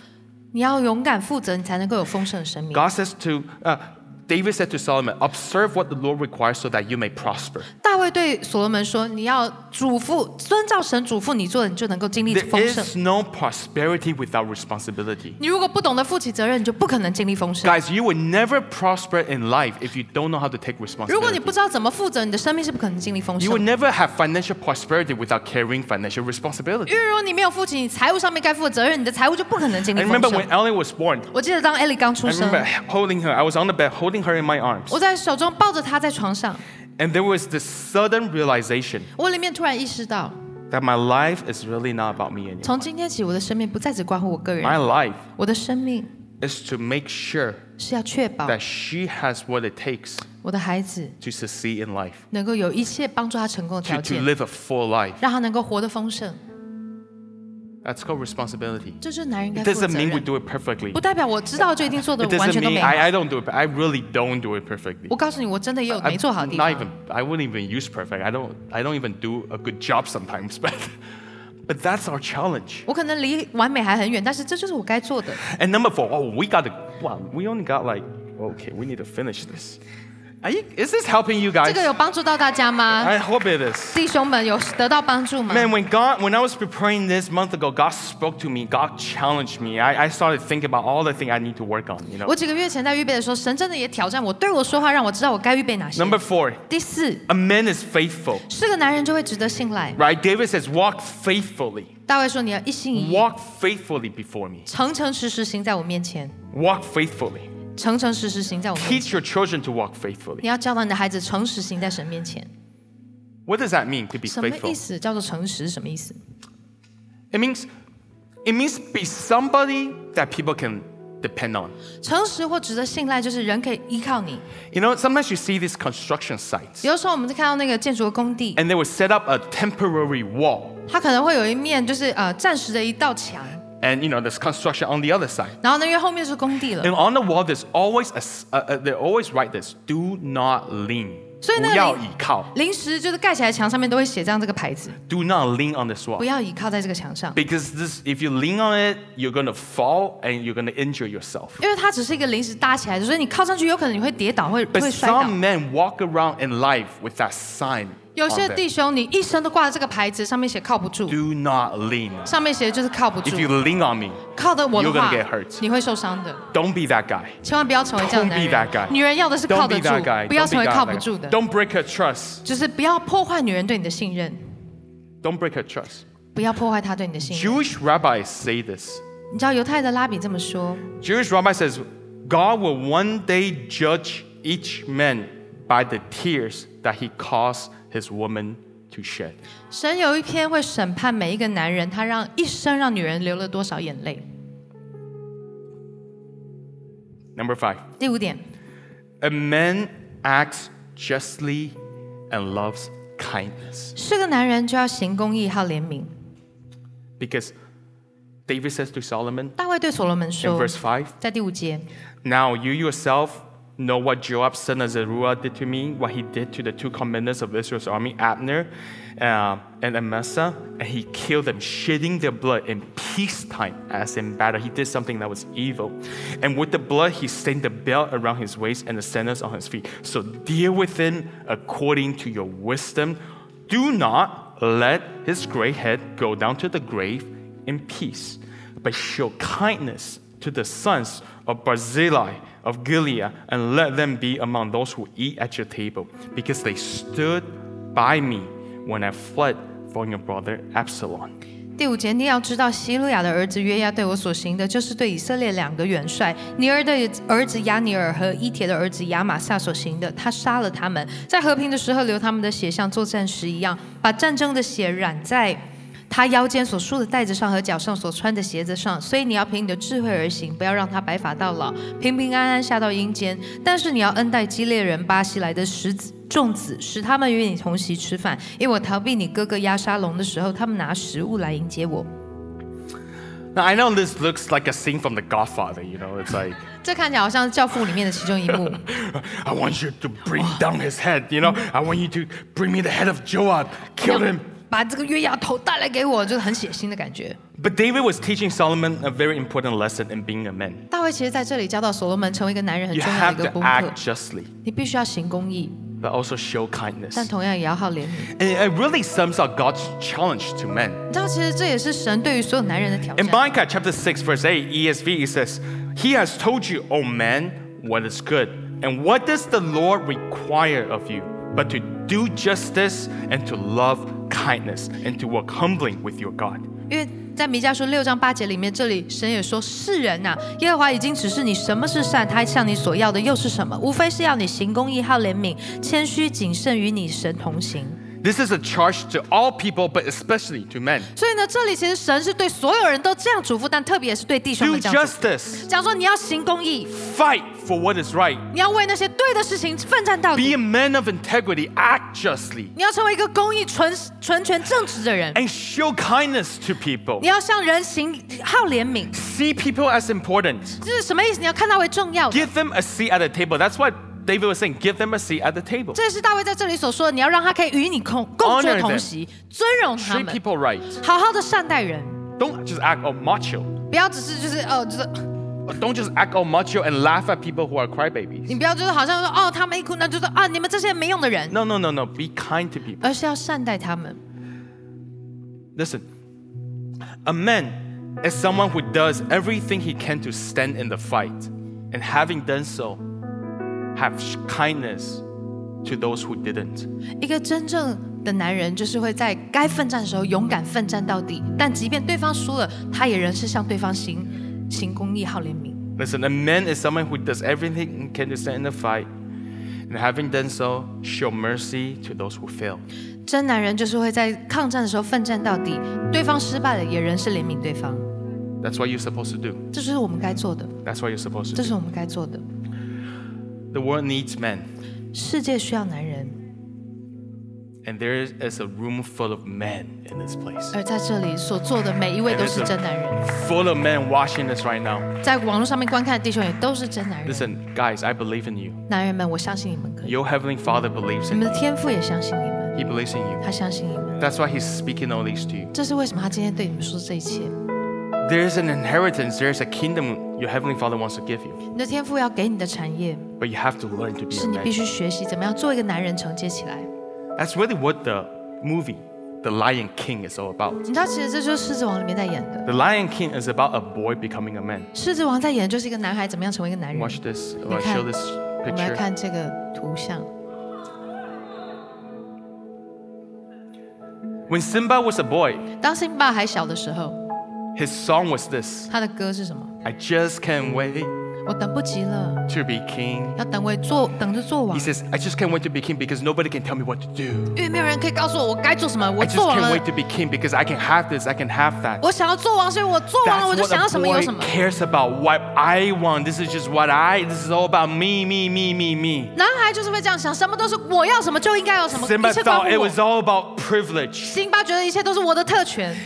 Speaker 2: 你要勇敢负责，你才能够有丰盛的生命。
Speaker 1: God says to uh, David said to Solomon, "Observe what the Lord requires, so that you may prosper."
Speaker 2: 大卫对所罗门说：“你要嘱咐，遵照神嘱咐你做的，你就能够经历
Speaker 1: There
Speaker 2: 丰盛。
Speaker 1: is no prosperity without responsibility.
Speaker 2: 你如果不懂得负起责任，你就不可能经历丰盛。
Speaker 1: Guys, you will never prosper in life if you don't know how to take
Speaker 2: 如果你不
Speaker 1: responsibility.
Speaker 2: 知道怎么负责，你的生命是不可能经历丰
Speaker 1: You
Speaker 2: 盛
Speaker 1: will
Speaker 2: 的。
Speaker 1: never have financial prosperity without carrying financial
Speaker 2: 因
Speaker 1: responsibility.
Speaker 2: 为如果你没有负起你财务上面该负的责任，你的财务就不可能经
Speaker 1: I
Speaker 2: 历
Speaker 1: remember
Speaker 2: 丰
Speaker 1: when
Speaker 2: 盛。
Speaker 1: Ellie was born.
Speaker 2: 我记得当艾莉刚出
Speaker 1: I
Speaker 2: 生，
Speaker 1: remember holding her. I was on the bed holding her in my arms.
Speaker 2: 我在手中抱着她在床上，
Speaker 1: And there was this sudden realization
Speaker 2: 我里面突然意识到，
Speaker 1: that my life is really not about me anymore.
Speaker 2: 从今天起，我的生命不再只关乎我个
Speaker 1: My
Speaker 2: 人，
Speaker 1: life
Speaker 2: 我的生命
Speaker 1: is to make sure
Speaker 2: 是要确保
Speaker 1: that she has what it takes
Speaker 2: 我的孩子
Speaker 1: to succeed in life,
Speaker 2: 能够有一切帮助他成功的
Speaker 1: to,
Speaker 2: 条
Speaker 1: to
Speaker 2: 件，
Speaker 1: live a full life.
Speaker 2: 让他能够活得丰盛。
Speaker 1: That's called responsibility.
Speaker 2: 这就是男人该
Speaker 1: It
Speaker 2: 负责
Speaker 1: doesn't mean we
Speaker 2: 任。
Speaker 1: do it perfectly.
Speaker 2: 不代表我知道就一定做的
Speaker 1: It
Speaker 2: 完
Speaker 1: doesn't
Speaker 2: 全都
Speaker 1: mean
Speaker 2: 没好。
Speaker 1: I, I don't do it. I really don't do it perfectly.
Speaker 2: 我告诉你，我真的也有
Speaker 1: I'm
Speaker 2: 没做好的地
Speaker 1: not
Speaker 2: 方。
Speaker 1: even I wouldn't even use perfect. I don't I don't even do a good job sometimes, but but that's our challenge.
Speaker 2: 我可能离完美还很远，但是这就是我该做的。
Speaker 1: And number four, oh we gotta wow, we only got like okay, we need to finish this. Are you, is this helping you
Speaker 2: 这
Speaker 1: guys?
Speaker 2: 个有帮助到大家吗？
Speaker 1: I hope it is.
Speaker 2: 弟兄们有得到帮助吗？
Speaker 1: Man, when God, when I was preparing this month ago, God spoke to me. God challenged me. I, I started thinking about all the things I need to work on. You know.
Speaker 2: 我几个月前在预备的时候，神真的也挑战我，对我说话，让我知道我该预备哪些。
Speaker 1: Number four,
Speaker 2: 第四，
Speaker 1: a man is faithful.
Speaker 2: 是个男人就会值得信赖。
Speaker 1: Right? David says, "Walk faithfully.
Speaker 2: 大卫说：“你要一心一意，
Speaker 1: Walk faithfully before me.
Speaker 2: 诚诚实实行在我面前，
Speaker 1: Walk faithfully.
Speaker 2: 诚诚实实行在我面前。
Speaker 1: Teach your children to walk faithfully."
Speaker 2: 你要教导你的孩子诚实行在神面前。
Speaker 1: What does that mean to be
Speaker 2: 什么意
Speaker 1: faithful?
Speaker 2: 思？叫做诚实是什么意思？
Speaker 1: It means, it means be somebody that people can depend on.
Speaker 2: 诚实或值得信赖，就是人可以依靠你。
Speaker 1: You know, sometimes you see these construction sites,
Speaker 2: 有的时候我们就看到那个建筑的工地，
Speaker 1: and they will set up a temporary wall,
Speaker 2: 它可能会有一面就是呃暂时的一道墙，
Speaker 1: and you know there's construction on the other side.
Speaker 2: 然后呢，因为后面是工地了，
Speaker 1: And on the wall, there's always a, s- uh, uh, they always write this: "Do not lean."
Speaker 2: 所以那里-
Speaker 1: 不要倚靠。
Speaker 2: 临时就是盖起来墙上面都会写这样这个牌子，
Speaker 1: Do not lean on this
Speaker 2: 不
Speaker 1: wall
Speaker 2: 要倚靠在这个墙上，
Speaker 1: because this, if you lean on it, you're gonna fall and you're gonna injure yourself.
Speaker 2: 因为它只是一个临时搭起来的，所以你靠上去有可能你会跌倒，会
Speaker 1: But
Speaker 2: 会摔倒。
Speaker 1: some men walk around in life with that sign.
Speaker 2: 有
Speaker 1: on
Speaker 2: 些
Speaker 1: them.
Speaker 2: 弟兄你一生都挂着这个牌子，上面写靠不住，
Speaker 1: Do not lean.
Speaker 2: 上面写的就是靠不住
Speaker 1: If，you lean on me,
Speaker 2: 靠的我的
Speaker 1: you're gonna
Speaker 2: 话
Speaker 1: get hurt
Speaker 2: 你会受伤的。
Speaker 1: don't be that guy.
Speaker 2: 千万不要成为这样的
Speaker 1: Don't be that
Speaker 2: 男
Speaker 1: guy.
Speaker 2: 人。女人要的是靠
Speaker 1: Don't
Speaker 2: 得
Speaker 1: be
Speaker 2: 住
Speaker 1: that guy.，
Speaker 2: 不要
Speaker 1: Don't be
Speaker 2: 成为靠不
Speaker 1: that
Speaker 2: 住
Speaker 1: guy.
Speaker 2: 的，
Speaker 1: Don't break her trust.
Speaker 2: 就是不要破坏女人对你的信任，
Speaker 1: Don't break her trust.
Speaker 2: 不要破坏她对你的信任。
Speaker 1: Jewish rabbis say this.
Speaker 2: 你知道犹太的拉比这么说，
Speaker 1: Jewish rabbi says, God will one day judge each man by the tears that he caused his woman to shed.
Speaker 2: 神有一天会审判每一个男人，他让一生让女人流了多少眼泪。
Speaker 1: Number five,
Speaker 2: 第五点，
Speaker 1: a man acts justly and loves kindness.
Speaker 2: 是个男人就要行公义，好怜悯。
Speaker 1: Because David says to Solomon
Speaker 2: 大卫对所罗门
Speaker 1: in
Speaker 2: 说
Speaker 1: verse，5,
Speaker 2: 在第五节，
Speaker 1: Now you yourself know what Joab, son of Zeruiah, did to me, what he did to the two commanders of Israel's army, Abner uh, and Amasa, and he killed them, shedding their blood in peacetime as in battle. He did something that was evil. And with the blood, he stained the belt around his waist and the sandals on his feet. So deal with him according to your wisdom. Do not let his gray head go down to the grave in peace but show kindness to the sons of Barzillai of Gilead, and let them be among those who eat at your table, because they stood by me when I fled from your brother Absalom.
Speaker 2: 第五节，你要知道，希路亚的儿子约押对我所行的，就是对以色列两个元帅尼儿的儿子亚尼尔和伊铁的儿子亚玛撒所行的。他杀了他们，在和平的时候流他们的血，像作战时一样，把战争的血染在他腰间所束的带子上和脚上所穿的鞋子上。所以你要凭你的智慧而行，不要让他白发到老，平平安安下到阴间。但是你要恩待基列人巴西来的石子。众子使他们与你同席吃饭，因为我逃避你哥哥押沙龙的时候，他们拿食物来迎接我。
Speaker 1: Now, I know this looks like a scene from The Godfather, you know, it's like,
Speaker 2: 这看起来好像是《教父》里面的其中一 幕。
Speaker 1: I want you to bring down his head, you know, I want you to bring me the head of Joab, kill him.
Speaker 2: 把这个月牙头带来给我，就是很血腥的感觉。
Speaker 1: But David was teaching Solomon a very important lesson in being a man.
Speaker 2: 大卫其实在这里教导所罗门成为一个男人很
Speaker 1: You
Speaker 2: 重要
Speaker 1: have
Speaker 2: 的一
Speaker 1: to
Speaker 2: 个功课
Speaker 1: act，justly,
Speaker 2: 你必须要行公义，
Speaker 1: but also show kindness.
Speaker 2: 但同样也要好怜悯。
Speaker 1: And it really sums up God's challenge to men.
Speaker 2: 你知道，其实这也是神对于所有男人的挑
Speaker 1: In
Speaker 2: 战。
Speaker 1: Micah chapter 6, verse 8, ESV, it says, He has told you, O man, what is good, and what does the Lord require of you, but to do justice and to love kindness and to walk humbly with your God.
Speaker 2: 因为在弥迦书六章八节里面，这里神也说：“世人呐、耶和华已经指示你什么是善，他向你所要的又是什么？无非是要你行公义、好怜悯、谦虚、谨慎，与你神同行。”
Speaker 1: This is a charge to all people, but especially to men.
Speaker 2: 所以呢，这里其实神是对所有人都这样嘱咐，但特别是对弟兄
Speaker 1: Do
Speaker 2: 们这样嘱咐
Speaker 1: justice,
Speaker 2: 讲说你要行公义，
Speaker 1: fight for what is right,
Speaker 2: 你要为那些对的事情奋战到
Speaker 1: be
Speaker 2: 底，
Speaker 1: a man of integrity, act justly,
Speaker 2: 你要成为一个公义、纯纯全、正直的人，
Speaker 1: and show kindness to people.
Speaker 2: 你要向人行好怜悯，
Speaker 1: See people as important.
Speaker 2: 这是什么意思？你要看他为重要的。
Speaker 1: Give them a seat at the table. That's what David was saying. Give them a seat at the table.
Speaker 2: 这是大卫在这里所说的，你要让他可以与你共共桌
Speaker 1: Honor them.
Speaker 2: 同席，尊荣他
Speaker 1: Treat
Speaker 2: 们，
Speaker 1: people right.
Speaker 2: 好好的善待人，
Speaker 1: Don't just act all macho.
Speaker 2: 不要只是就是呃就是
Speaker 1: Don't just act all macho and laugh at people who are crybabies.
Speaker 2: 你不要就是好像说哦，他们一哭，那就是啊，你们这些没用的人，
Speaker 1: No, no, no, no. Be kind to people.
Speaker 2: 而是要善待他们。
Speaker 1: Listen, a man is someone who does everything he can to stand in the fight, and having done so, have sh- kindness to those who didn't.
Speaker 2: 一个真正的男人，就是会在该奋战的时候勇敢奋战到底，但即便对方输了，他也仍是向对方行行公义、好怜悯。
Speaker 1: Listen, a man is someone who does everything he can to stand in the fight, and having done so, show mercy to those who fail.
Speaker 2: 真男人就是会在抗战的时候奋战到底，对方失败了也仍是怜悯对方。
Speaker 1: That's what you're supposed to do.
Speaker 2: 这就是我们该做的，
Speaker 1: That's what you're supposed
Speaker 2: 这
Speaker 1: to do.
Speaker 2: 是我们该做的。
Speaker 1: The world needs men,
Speaker 2: 世界需要男人，
Speaker 1: and there is a room full of men in this place.
Speaker 2: 而在这里所做的每一位都是真男人。
Speaker 1: Full of men watching this right now.
Speaker 2: 在网络上面观看的弟兄也都是真男人。
Speaker 1: Listen, guys, I believe in you.
Speaker 2: 男人们，我相信你们可以，
Speaker 1: Your heavenly Father believes
Speaker 2: 你
Speaker 1: in
Speaker 2: 们
Speaker 1: you.
Speaker 2: 的天赋也相信你们，
Speaker 1: He believes in you.
Speaker 2: 他相信你们。
Speaker 1: That's why He's speaking all these to you.
Speaker 2: 这是为什么他今天对你们说这一切。
Speaker 1: There's an inheritance, there's a kingdom your heavenly Father wants to give you,
Speaker 2: 你的天赋要给你的产业，
Speaker 1: but you have to learn to be a
Speaker 2: 是你必
Speaker 1: man.
Speaker 2: 须学习怎么样做一个男人承接起来。
Speaker 1: That's really what the movie, The Lion King, is all about.
Speaker 2: 你知道，其实这就是《狮子王》里面在演的，
Speaker 1: The Lion King is about a boy becoming a man.
Speaker 2: 《狮子王》在演的就是一个男孩怎么样成为一个男人。
Speaker 1: Watch this. I'll
Speaker 2: Okay.
Speaker 1: show this
Speaker 2: 我们来
Speaker 1: picture.
Speaker 2: 看这个图像。
Speaker 1: When Simba was a boy,
Speaker 2: 当辛巴还小的时候，
Speaker 1: his song was this
Speaker 2: 他的歌是什么？
Speaker 1: I just can't wait
Speaker 2: 我等不及了，
Speaker 1: to be king.
Speaker 2: 要等位做，等着做
Speaker 1: He
Speaker 2: 王。
Speaker 1: says, I just can't wait to be king because nobody can tell me what to do.
Speaker 2: 因为没有人可以告诉我我该做什么，
Speaker 1: I
Speaker 2: 我
Speaker 1: just
Speaker 2: 做完
Speaker 1: can't
Speaker 2: 了
Speaker 1: wait，to be king because I can have this, I can have that.
Speaker 2: 我想要做王，所以我做完了，我就
Speaker 1: That's
Speaker 2: 想要
Speaker 1: what
Speaker 2: 什么有
Speaker 1: a
Speaker 2: 什
Speaker 1: boy
Speaker 2: 么。
Speaker 1: cares about. What I want. This is just what I. This is all about me, me, me, me, me.
Speaker 2: 男孩就是会这样想，什么都是我要什么就应该有什么，一
Speaker 1: Simba
Speaker 2: 切关
Speaker 1: thought it
Speaker 2: 乎我
Speaker 1: was。all about privilege,
Speaker 2: 辛巴觉得一切都是我的特权，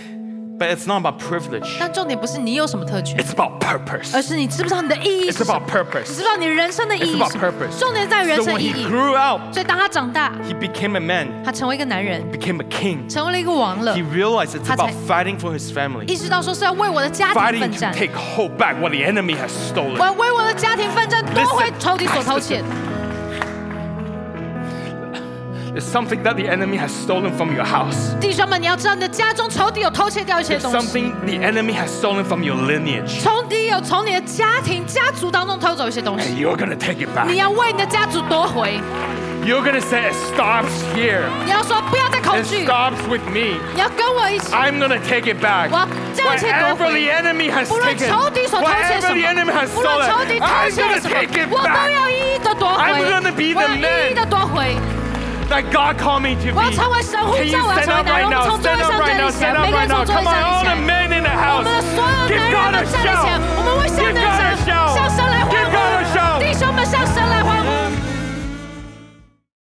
Speaker 1: but it's not about privilege.
Speaker 2: 但重点不是你有什么特权，
Speaker 1: It's about purpose.
Speaker 2: 而是你知不知道你的意义
Speaker 1: It's
Speaker 2: 是什么
Speaker 1: about？
Speaker 2: 你知
Speaker 1: purpose.
Speaker 2: 不知道你人生的意
Speaker 1: It's
Speaker 2: 义
Speaker 1: about
Speaker 2: 是什么？
Speaker 1: purpose.
Speaker 2: 重点在人
Speaker 1: So
Speaker 2: 生
Speaker 1: when
Speaker 2: 意
Speaker 1: he
Speaker 2: 义。
Speaker 1: grew out,
Speaker 2: 所以当他长大，
Speaker 1: he became a man,
Speaker 2: 他成为一个男人，
Speaker 1: became a king.
Speaker 2: 成为了一个王了
Speaker 1: He，realized it's
Speaker 2: 他才-
Speaker 1: about fighting for his family,
Speaker 2: 意识到说是要为我的家庭
Speaker 1: fighting
Speaker 2: 奋
Speaker 1: to
Speaker 2: 战，
Speaker 1: take hold back what the enemy has
Speaker 2: 我
Speaker 1: stolen.
Speaker 2: 要为我的家庭奋战，夺回仇敌所偷窃。
Speaker 1: There's something that the enemy has stolen from your house.
Speaker 2: 弟兄们，你要知道你的家中仇敌有偷窃掉一些
Speaker 1: There's
Speaker 2: 东西。
Speaker 1: something the enemy has stolen from your lineage,
Speaker 2: 仇敌有从你的家庭、家族当中偷走一些东
Speaker 1: and
Speaker 2: 西，
Speaker 1: you're gonna take it
Speaker 2: 你
Speaker 1: back.
Speaker 2: 要为你的家族夺回。
Speaker 1: You're gonna say it stops here.
Speaker 2: 你要说不要再恐
Speaker 1: It
Speaker 2: 惧，
Speaker 1: stops with me.
Speaker 2: 你要跟我一起。
Speaker 1: I'm gonna take it back.
Speaker 2: 我要将一切夺回。
Speaker 1: Whatever the enemy has
Speaker 2: 无论
Speaker 1: taken,
Speaker 2: 仇敌所偷窃
Speaker 1: whatever
Speaker 2: 什
Speaker 1: the enemy
Speaker 2: 么
Speaker 1: has，
Speaker 2: 无论
Speaker 1: stolen,
Speaker 2: 仇敌偷
Speaker 1: I'm
Speaker 2: 窃了
Speaker 1: gonna
Speaker 2: 什么
Speaker 1: take it，
Speaker 2: 我都
Speaker 1: back.
Speaker 2: 要一一的夺回，我
Speaker 1: I'm
Speaker 2: 要
Speaker 1: gonna be the
Speaker 2: 一一的夺回。
Speaker 1: That God called me to be.
Speaker 2: 我要成为神呼
Speaker 1: Can
Speaker 2: 叫
Speaker 1: you
Speaker 2: 我要
Speaker 1: stand
Speaker 2: 成为
Speaker 1: up
Speaker 2: 男
Speaker 1: right
Speaker 2: 人，我
Speaker 1: now?
Speaker 2: 们从座
Speaker 1: Stand up
Speaker 2: 位上
Speaker 1: right
Speaker 2: 站
Speaker 1: now.
Speaker 2: 立起来
Speaker 1: Stand，
Speaker 2: 每
Speaker 1: up
Speaker 2: 个
Speaker 1: right
Speaker 2: 人
Speaker 1: now.
Speaker 2: 从座位
Speaker 1: Come on,
Speaker 2: 上
Speaker 1: all the
Speaker 2: 站起来。
Speaker 1: men in the
Speaker 2: 我
Speaker 1: house.
Speaker 2: 们的所有
Speaker 1: Give
Speaker 2: 男人
Speaker 1: God a
Speaker 2: 们站立起来
Speaker 1: shout.，
Speaker 2: 我们为神
Speaker 1: Give
Speaker 2: 的
Speaker 1: God a
Speaker 2: 神
Speaker 1: shout.
Speaker 2: 向神来
Speaker 1: Give God a
Speaker 2: 欢
Speaker 1: shout.
Speaker 2: 呼，弟兄们向神